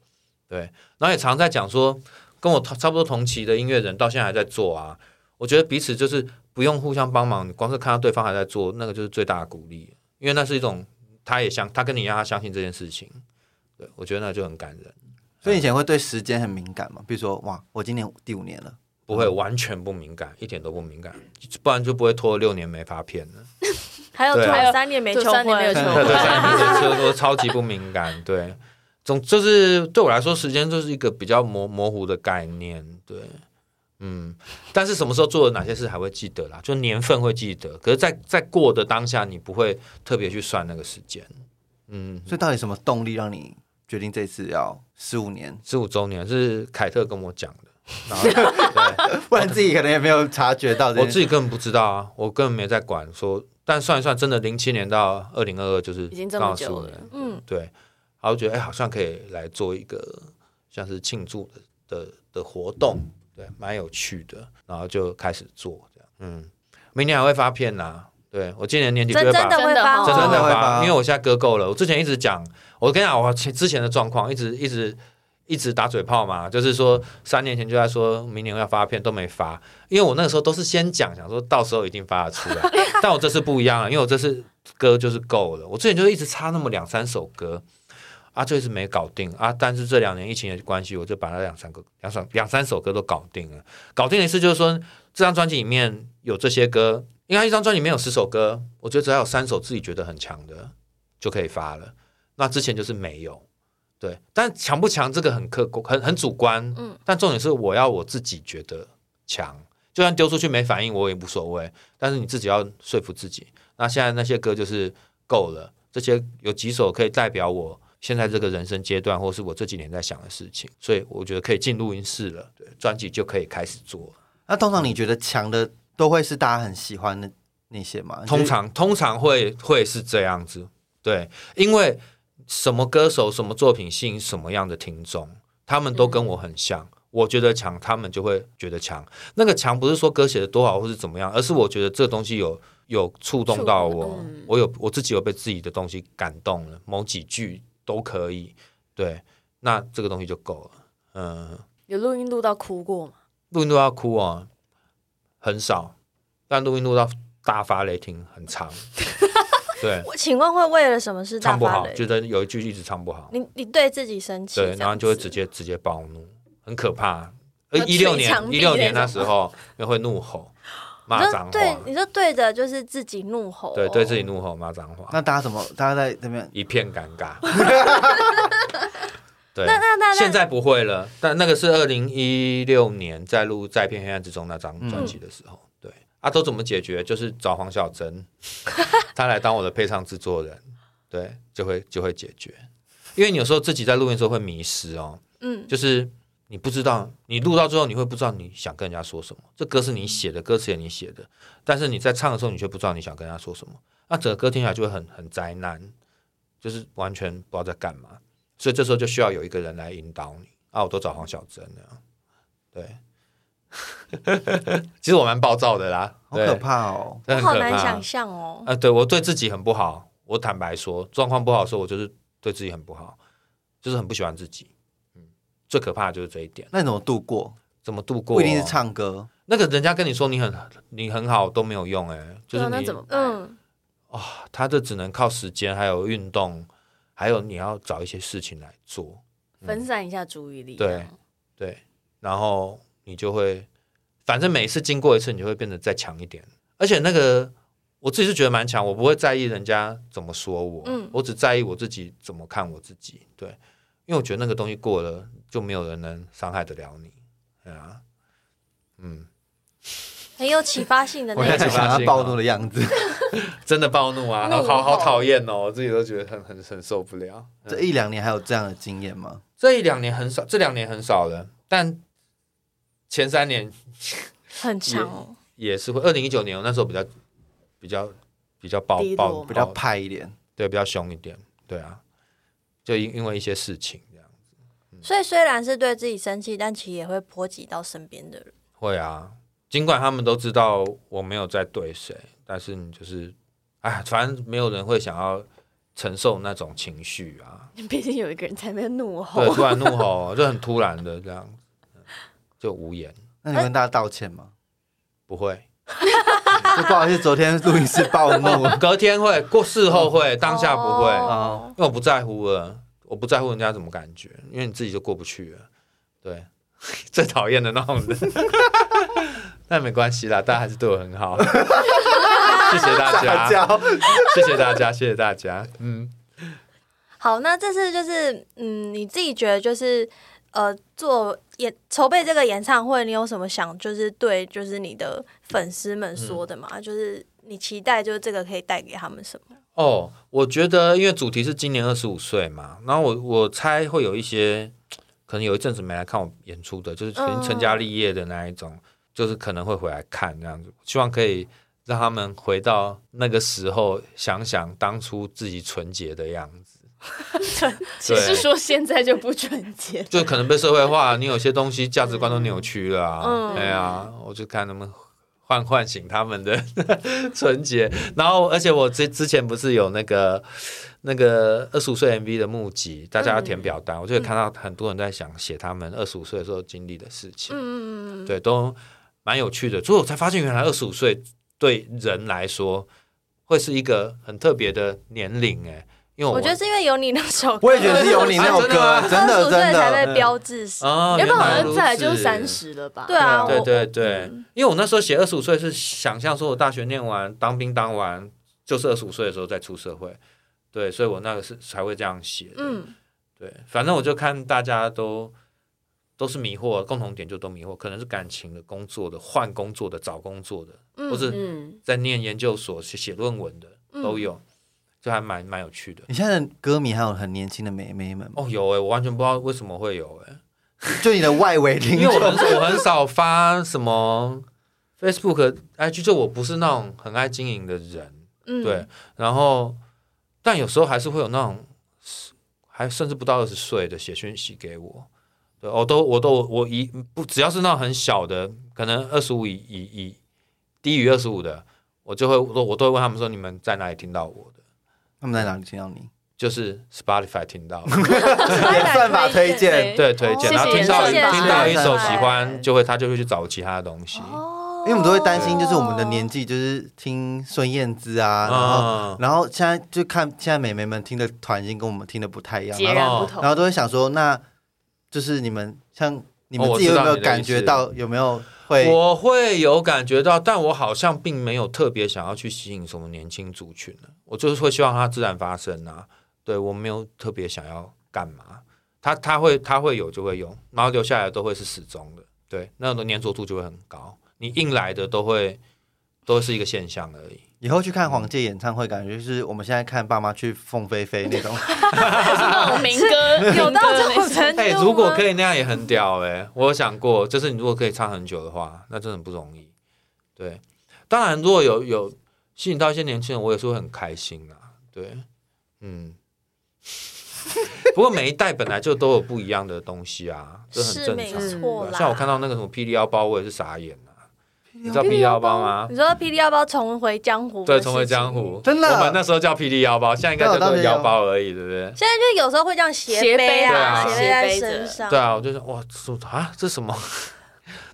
对，然后也常在讲说，跟我同差不多同期的音乐人到现在还在做啊。我觉得彼此就是不用互相帮忙，你光是看到对方还在做，那个就是最大的鼓励，因为那是一种他也相，他跟你一样，他相信这件事情。对，我觉得那就很感人。所以你以前会对时间很敏感嘛？比如说，哇，我今年第五年了，不会完全不敏感，一点都不敏感，不然就不会拖了六年没发片了。还有对啊嗯做三年没做求三年没有婚求，对对，像你说超级不敏感，对，总就是对我来说，时间就是一个比较模模糊的概念，对，嗯，但是什么时候做了哪些事还会记得啦，就年份会记得，可是在，在过的当下，你不会特别去算那个时间，嗯，所以到底什么动力让你决定这次要十五 年？十五周年是凯特跟我讲的，然后对。不然自己可能也没有察觉到这我件自己根本不知道啊，我根本没在管说，但算一算，真的零七年到二零二二就是已经这刚么好久15了年，嗯，对，然后觉得哎、好像可以来做一个像是庆祝的的的活动，对，蛮有趣的，然后就开始做这样，嗯，明年还会发片呐、对我今年年底就真会把真的会真的发哦哦，真真的的会吧？发因为我现在割够了。我之前一直讲，我跟你讲，我前之前的状况一直一直一直打嘴炮嘛，就是说三年前就在说明年要发片都没发，因为我那个时候都是先讲，想说到时候一定发得出 来。但我这次不一样了，因为我这次歌就是够了。我之前就一直差那么两三首歌。啊，就一直没搞定啊！但是这两年疫情的关系，我就把那两三个、两首、两三首歌都搞定了。搞定的意思就是说，这张专辑里面有这些歌，应该一张专辑里面有十首歌，我觉得只要有三首自己觉得很强的就可以发了。那之前就是没有，对，但强不强这个很客观，很很主观，嗯，但重点是我要我自己觉得强，就算丢出去没反应我也无所谓，但是你自己要说服自己。那现在那些歌就是够了，这些有几首可以代表我。现在这个人生阶段，或是我这几年在想的事情，所以我觉得可以进录音室了，对，专辑就可以开始做了。那通常你觉得强的都会是大家很喜欢的那些吗？通常通常会会是这样子，对，因为什么歌手、什么作品吸引什么样的听众，他们都跟我很像。我觉得强，他们就会觉得强。那个强不是说歌写的多好或是怎么样，而是我觉得这东西有有触动到我，嗯我有我自己有被自己的东西感动了，某几句都可以。对，那这个东西就够了。嗯，有录音录到哭过吗？录音录到哭哦，很少，但录音录到大发雷霆很长。对，我请问会为了什么事大唱不发好，雷？觉得有一句一直唱不好，你你对自己生气，对，然后就会直接接直接暴怒，很可怕。呃，要捶一六年墙一壁六年那那种时候，也会怒吼、骂你脏就话，对，你就对着就是自己怒吼哦，对对自己怒吼、骂脏话，那大家怎么？大家在那边一片尴 尬。对，那那那那现在不会了，但那个是二零一六年在录《在片黑暗之中》那张嗯专辑的时候，对啊，都怎么解决？就是找黄小 珍，她来当我的配唱制作人，对，就会就会解决。因为你有时候自己在录音的时候会迷失哦，嗯，就是你不知道，你录到最后你会不知道你想跟人家说什么。这歌是你写的，歌词也你写的，但是你在唱的时候，你却不知道你想跟人家说什么。那整个歌听起来就会很很灾难，就是完全不知道在干嘛。所以这时候就需要有一个人来引导你啊！我都找黄小珍了，对。 其实我蛮暴躁的啦，好对可，怕哦！真的很好可难怕想象哦。呃，对我对自己很不好，我坦白说，状况不好的时候，我就是对自己很不好，就是很不喜欢自己。嗯，最可怕的就是这一点，那你怎么度过？怎么度过？不啊一定是唱歌，那个人家跟你说你很你很好都没有用、哎，对就是啊你、那怎么办？嗯，他这只能靠时间，还有运动，还有你要找一些事情来做，分散一下注意力。对这样 对，然后你就会，反正每一次经过一次，你就会变得再强一点，而且那个。我自己是觉得蛮强，我不会在意人家怎么说我，嗯我只在意我自己怎么看我自己。对，因因为我觉得那个东西过了，就没有人能伤害得了你。对啊，嗯，很有启发性的我那现种在想启发他性暴啊怒的样子，真的暴怒啊，怒好好好吼讨厌哦，我自己都觉得很很很受不了。嗯这一两年还有这样的经验吗？这一两年很少，这两年很少了，但前三年很长哦。也是会。二零一九年我那时候比较比较比较暴低暴落比较暴派一点，对比较凶一点，对啊，就因因为一些事情这样所以虽然是对自己生气，但其实也会波及到身边的人。会啊。尽管他们都知道我没有在对谁，但是你就是，哎，反正没有人会想要承受那种情绪啊。毕竟有一个人在那边怒吼对，，突然怒吼，就很突然的这样，就无言，那你跟大家道歉吗？ 不会。就不好意思，昨天录音室暴 怒，隔天会，过事后会，当下不会，哦因为我不在乎了，我不在乎人家怎么感觉，因为你自己就过不去了。对， 最讨厌的那种人。 但没关系啦，大家还是对我很好， 谢谢大撒家，娇，谢谢大家，谢谢大家。嗯，好，那这次就是，嗯，你自己觉得就是，呃，做演筹备这个演唱会，你有什么想就是对就是你的粉丝们说的吗？就是你期待就是这个可以带给他们什么？哦，我觉得因为主题是今年二十五岁嘛，然后我我猜会有一些，可能有一阵子没来看我演出的，就是成嗯成家立业的那一种，就是可能会回来看这样子，希望可以让他们回到那个时候，想想当初自己纯洁的样子。只是说现在就不纯洁。就可能被社会化，你有些东西价值观都扭曲了啊。嗯对啊，我就看他们唤唤醒他们的 纯洁。然后，而且我之之前不是有那个那个二十五岁 MV 的募集，大家要填表嗯单，我就有看到很多人在想写他们二十五岁的时候经历的事情，嗯，对，都蛮有趣的。所以我才发现，原来二十五岁对人来说会是一个很特别的年龄哎、因为我我觉得是因为有你那首歌，我也觉得是有你那首歌，真二的嗯十真五岁才的，被标志死。啊，要不然好原来像如此再来就三十了吧？对啊，对我对对，因为我那时候写二十五岁是想象说，我大学念完当兵当完就是二十五岁的时候再出社会，对，所以我那个是才会这样写。嗯，嗯，对，反正我就看大家都都是迷惑，共同点就都迷惑，可能是感情的、工作的、换工作的、找工作的，嗯或是嗯，在念研究所、写写论文的都有，就还蛮蛮有趣的。你现在的歌迷还有很年轻的妹妹们吗，哦，有诶、我完全不知道为什么会有欸诶、就你的外围听 因为众我，很我很少发什么 Facebook、IG，就我不是那种很爱经营的人，嗯对。然后，但有时候还是会有那种，还甚至不到二十岁的写讯息给我，对，我都我都我一不只要是那种很小的，可能二十五以以以低于二十五的，我就会我都我都会问他们说你们在哪里听到我的，他们在哪里听到你？就是 Spotify 听到。演算法推荐，对，推谢荐，谢然后听到谢谢听到一首喜谢谢欢，就会他就会去找其他的东西。因为我们都会担心，就是我们的哦年纪，就是听孙燕姿啊，然后嗯然后现在就看现在美眉们听的团已经跟我们听的不太一样，截然后然不同然。后都会想说，那就是你们像你们哦我自己有知道没有你的感意思觉到有没有会我会有感觉到，但我好像并没有特别想要去吸引什么年轻族群呢我就是会希望它自然发生啊。对我没有特别想要干嘛，它它会它会有就会有，然后留下来的都会是始终的。对，那种粘着度就会很高，你硬来的都会都是一个现象而已。以后去看黄玠演唱会，感觉就是我们现在看爸妈去凤飞飞那种，就是那种民歌，有到这 种程度哎、吗？如果可以那样也很屌哎、我有想过，就是你如果可以唱很久的话，那真的很不容易。对，当然如果有有吸引到一些年轻人，我也是会很开心啦。对，嗯。不过每一代本来就都有不一样的东西啊，这很是正没常。啊错啦。像我看到那个什么霹雳腰包，我也是傻眼啊！你知道霹霹雳雳腰腰包包吗？你说《霹雳要不要重回江湖》？对，重回江。湖，真的我们那时候叫霹雳腰包，现在应该啊那我叫当做年腰有包而已，对不对？现在就有时候会这样斜背啊，斜斜背背啊在斜背着身上。对啊，我就想哇，这啊这什么？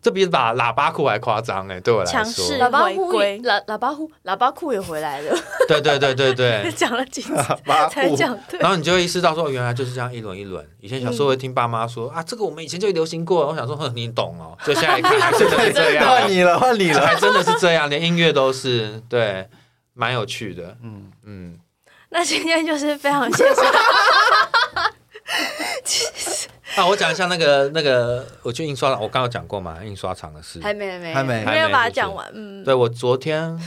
这比喇喇叭裤还夸张哎，对我来强说。势喇叭 回裤归。也，喇喇叭裤，喇叭裤也回来了。对对对对对 讲了几次八才户讲 对。然后你就会意识到说，原来就是这样一轮一轮。以前小时候会听爸妈说、啊，这个我们以前就流行过。我想说，哼，你懂哦。就现在一 看，还真的是这换样，你了，换你了。还真的是这样，连音乐都是对，蛮有趣的。嗯，嗯， 那今天就是非常谢谢，啊，我讲一下那个那个，我去印刷，我刚刚讲过嘛，印刷厂的事。还没还没还没你嗯还没有把它没讲完，嗯，对我 昨天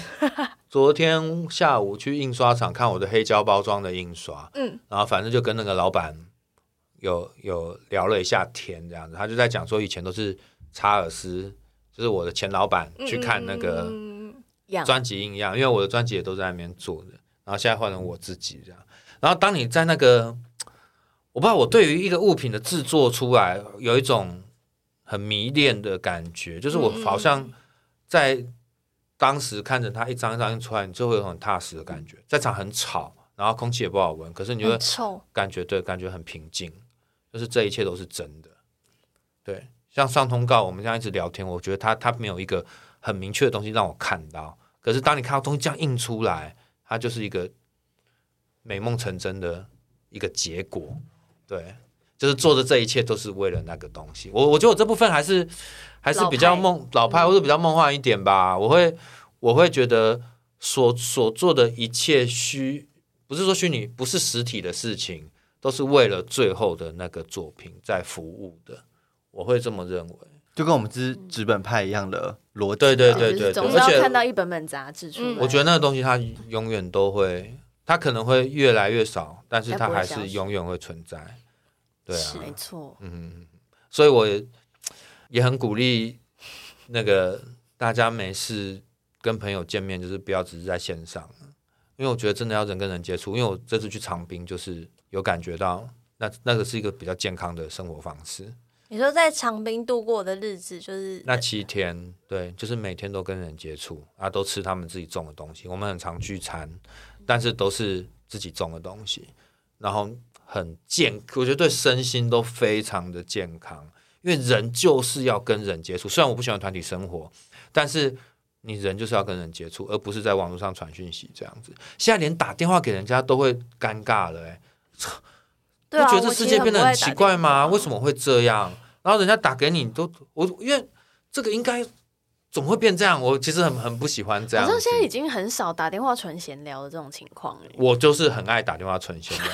昨天下午去印刷厂看我的黑胶包装的印刷，嗯，然后反正就跟那个老板有有聊了一下天，这样子，他就在讲说以前都是查尔斯，就是我的前老板去看那个。嗯嗯嗯养专辑印样，因为我的专辑也都在那边做的，然后现在换成我自己这样。然后当你在那个，我不知道我对于一个物品的制作出来有一种很迷恋的感觉，就是我嗯嗯嗯好像在当时看着它一张一张印出来，你就会有很踏实的感觉。在场很吵，然后空气也不好闻，可是你会很臭，感觉对，感觉很平静，就是这一切都是真的。对，像上通告，我们这样一直聊天，我觉得他他没有一个很明确的东西让我看到，可是当你看到东西这样印出来，它就是一个美梦成真的一个结果。对，就是做的这一切都是为了那个东西。我我觉得我这部分还是还是比较梦老派，或者比较梦幻一点吧。我会我会觉得所所做的一切虚，不是说虚拟，不是实体的事情，都是为了最后的那个作品在服务的。我会这么认为。就跟我们资纸本派一样的逻辑。啊对对对就是对对，总是而要且看到一本本杂志出来嗯。我觉得那个东西它永远都会，它可能会越来越少，但是它它还不会消是失永远会存在。对啊是，没错，嗯，所以我也也很鼓励那个大家没事跟朋友见面，就是不要只是在线上，因为我觉得真的要人跟人接触。因为我这次去长滨，就是有感觉到那那个是一个比较健康的生活方式。你说在长滨度过的日子，就是那七天，对，就是每天都跟人接触啊，都吃他们自己种的东西。我们很常聚餐，但是都是自己种的东西，然后很健，我觉得对身心都非常的健康。因为人就是要跟人接触，虽然我不喜欢团体生活，但是你人就是要跟人接触，而不是在网络上传讯息这样子。现在连打电话给人家都会尴尬了、欸，对啊，不觉我得这其世实界很变得不很爱打奇怪电吗？话为什么会这样？然后人家打给你都我，因为这个应该总会变这样。我其实很很不喜欢这好样子。像现在已经很少打电话纯闲聊的这种情况了。我就是很爱打电话 存钱的，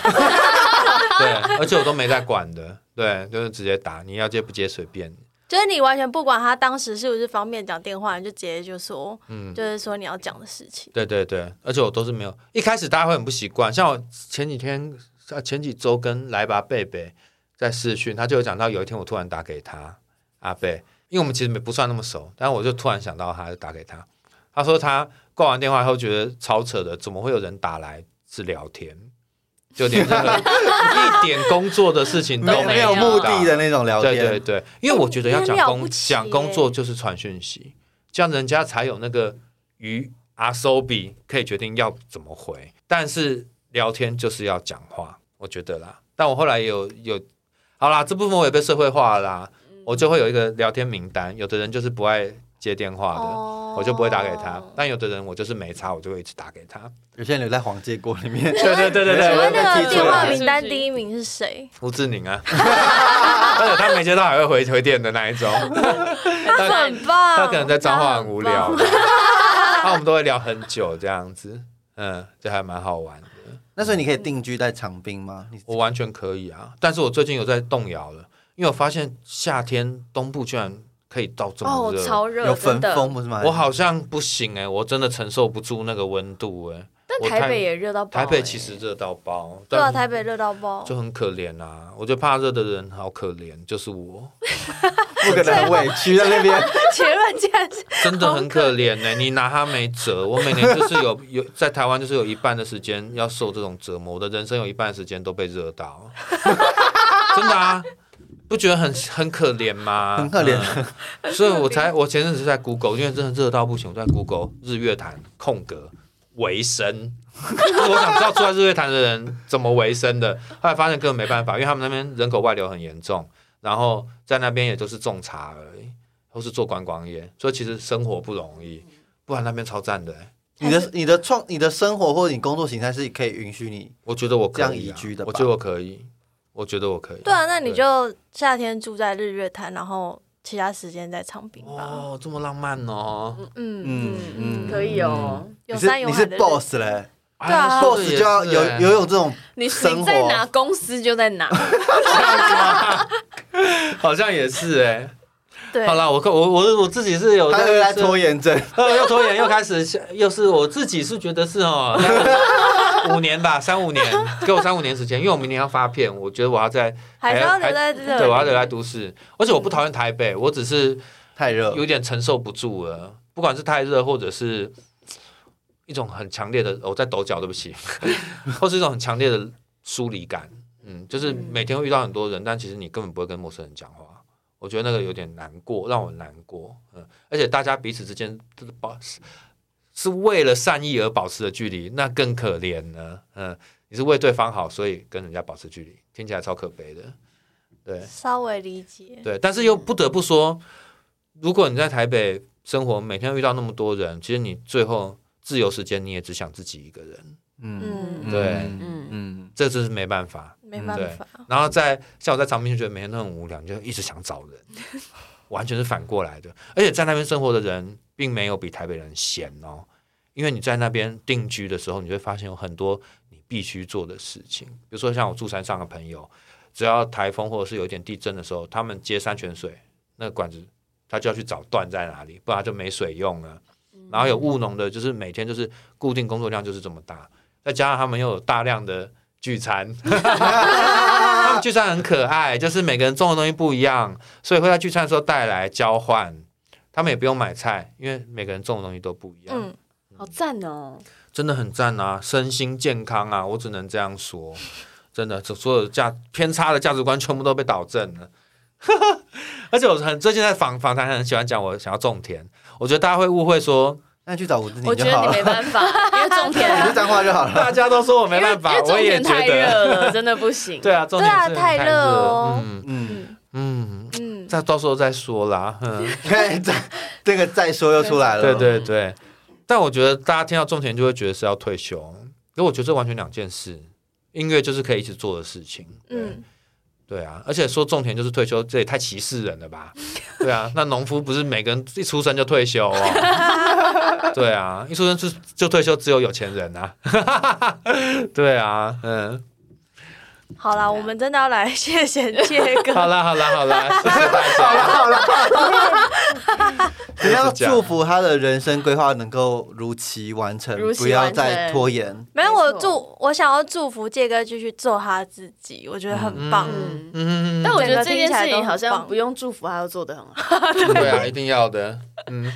对，而且我都没在管的，对，就是直接打，你要接不接随便。就是你完全不管他当时是不是方便讲电话，你就直接就说，嗯就是说你要讲的事情。对对对，而且我都是没有，一开始大家会很不习惯，像我前几天、呃前几周跟来吧贝贝在视讯，他就有讲到有一天我突然打给他阿贝，因为我们其实没不算那么熟，但我就突然想到他，就打给他。他说他挂完电话以后觉得超扯的，怎么会有人打来是聊天？就连这个一点工作的事情没都有没啊没有目到的的那种聊天，对对对，因为我觉得要讲哎你很了工不起讲工作就是传讯息，这样人家才有那个鱼阿 so 比可以决定要怎么回。但是聊天就是要讲话，我觉得啦。但我后来有有，好啦，这部分我也被社会化了啦，嗯我就会有一个聊天名单。有的人就是不爱接电话的，哦我就不会打给他；但有的人我就是没差，我就会一直打给他。有些人留在黄结果里面， 对对对对对，请我问也被那踢个出来电话了名单第一名是谁？吴志宁啊， 而且他没接到还会回回电的那一种。 他很嗯棒，他可能在彰化他很很无聊棒。， 那我们都会聊很久这样子，嗯，这还蛮好玩的。那所以你可以定居在长滨吗？你我完全可以啊，但是我最近有在动摇了，因为我发现夏天东部居然可以到这么哦，热，超热，有焚真的。风不是吗？我好像不行哎、我真的承受不住那个温度哎、但我台看北也热到爆、台欸北其实热到爆，对啊，但台北热到爆，就 很可怜啊。我觉得怕热的人好可怜，就是我，不可能很委屈在那边，结论竟然是真的很可怜呢、你拿他没辙。我每年就是有 有在台湾，就是有一半的时间要受这种折磨，我的人生有一半的时间都被热到， 真的啊，不觉得很很可怜吗？很可怜嗯所以我才我前阵子在 Google，因为真的热到不行，我在 Google 日月潭空格维生。 我想知道住在日月潭的人怎么维生的，后来发现根本没办法，因为他们那边人口外流很严重，然后在那边也就是种茶而已，都是做观光业，所以其实生活不容易，嗯不然那边超赞的、欸你的你的创你的生活或者你工作形态是可以允许你，我觉得我可以、啊、这样宜居的吧我觉得我可以，我觉得我可以。对啊，那你就夏天住在日月潭，然后其他时间在长滨吧。哦，这么浪漫哦，嗯嗯嗯嗯，可以哦。有你山是有你海是的日子 boss 嘞，对啊说得 boss 哎也就要是有欸有有这种你生你在哪，活，公司就在 哪。好像也是哎、 对，好啦，我我我我自己是有他会来拖延，延 症，呃又拖延又开始，又是我自己是觉得是哦， 那五年吧，三五年，给我三五年时间，因为我明年要发片，我觉得我要在还是要留在对，我要这留里。在都市，而且我不讨厌台北，我只是太热有点承受不住了，不管是太热或者是一种很强烈的，我在抖脚，对不起， 或是一种很强烈的疏离感，嗯，就是每天会遇到很多人，但其实你根本不会跟陌生人讲话，我觉得那个有点难过，让我难过，嗯，而且大家彼此之间就是保是是为了善意而保持的距离，那更可怜呢，嗯，你是为对方好，所以跟人家保持距离，听起来超可悲的，对，稍微理解，对，但是又不得不说，如果你在台北生活，每天遇到那么多人，其实你最后自由时间你也只想自己一个人，嗯嗯，对嗯嗯，这真是没办法。没办对法，然后在像我在长滨就觉得每天都很无聊，你就一直想找人， 完全是反过来的。而且在那边生活的人，并没有比台北人闲哦，因为你在那边定居的时候，你会发现有很多你必须做的事情，比如说像我住山上的朋友，只要台风或者是有一点地震的时候，他们接山泉水那个管子，他就要去找断在哪里，不然就没水用了。然后有务农的，就是每天就是固定工作量就是这么大，再加上他们又有大量的聚餐，他们聚餐很可爱，就是每个人种的东西不一样，所以会在聚餐的时候带来交换。他们也不用买菜，因为每个人种的东西都不一样，嗯，好赞哦！真的很赞啊，身心健康啊，我只能这样说，真的，所有价偏差的价值观全部都被导正了。 而且我很最近在访访谈很喜欢讲我想要种田，我觉得大家会误会说那你去找吴志我宁觉就得好了，你没办 法，因为种你田就，脏话就好了。 大家都说 我没办因法，为种我也田觉太得，热了，真的不行。对啊，种对田啊是很太热哦嗯嗯，嗯，嗯，那到时候再说啦。 嗯，你看这这个再说又出来了，对对对，但我觉得大家听到种田就会觉得是要退休，因为我觉得这完全两件事，音乐就是可以一直做的事情。嗯，对啊，而且说种田就是退休，这也太歧视人了吧？对啊，那农夫不是每个人一出生就退休哦？对啊，一出生就就退休，只有有钱人啊。 对啊，嗯，好啦，我们真的要来谢谢杰哥， 好啦好啦好啦，谢谢大好了家。好了，只要就是这样祝福他的人生规划能够如期完成如，期不要完成再拖延。没有没我错祝我想要祝福杰哥继续做他自己，我觉得很棒，嗯，嗯，但我觉得这整个件听起来事都情很好像棒不用祝福，他都做得很好。对啊，一定要的。嗯，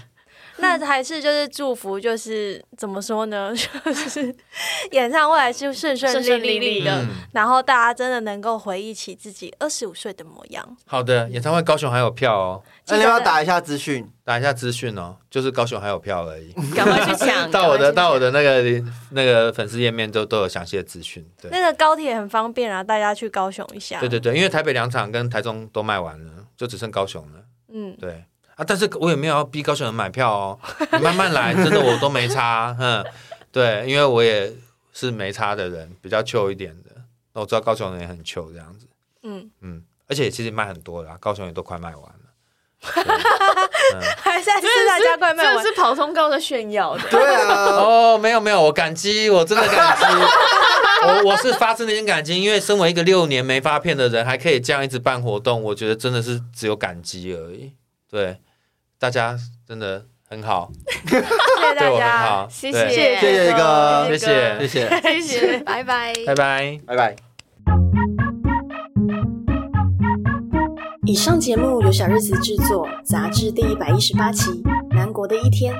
那还是就是祝福，就是怎么说呢， 就是演唱会还是顺顺顺利利利利的，的嗯然后大家真的能够回忆起自己二十五岁的模样。好的，演唱会高雄还有票哦，记 那得你要不要打一下资 讯？打一下资讯哦，就是高雄还有票而已。赶快去抢， 到我的嗯赶到快我去抢的那个那个粉丝页面都都有详细的资讯。对。那个高铁很方便啊，大家去高雄一下。对对对，因为台北两场跟台中都卖完了，就只剩高雄了。嗯，对啊，但是我也没有要逼高雄人买票哦，你慢慢来，真的我都没差。嗯，对，因为我也是没差的人，比较糗一点的。那我知道高雄人也很糗这样子，嗯， 嗯，而且其实卖很多了，高雄也都快卖完了。还在是大家快卖真完的，是跑通告在炫 耀的。对啊，哦，没有没有，我感激，我真的感激，我我是发自内心感激，因为身为一个六年没发片的人，还可以这样一直办活动，我觉得真的是只有感激而已。对，大家真的很好，谢谢对大我很家好，，谢对谢，谢谢一哥谢谢谢谢，谢谢，拜拜。拜拜。拜拜。以上节目由小日子制作，杂志第一百一十八期《南国的一天》。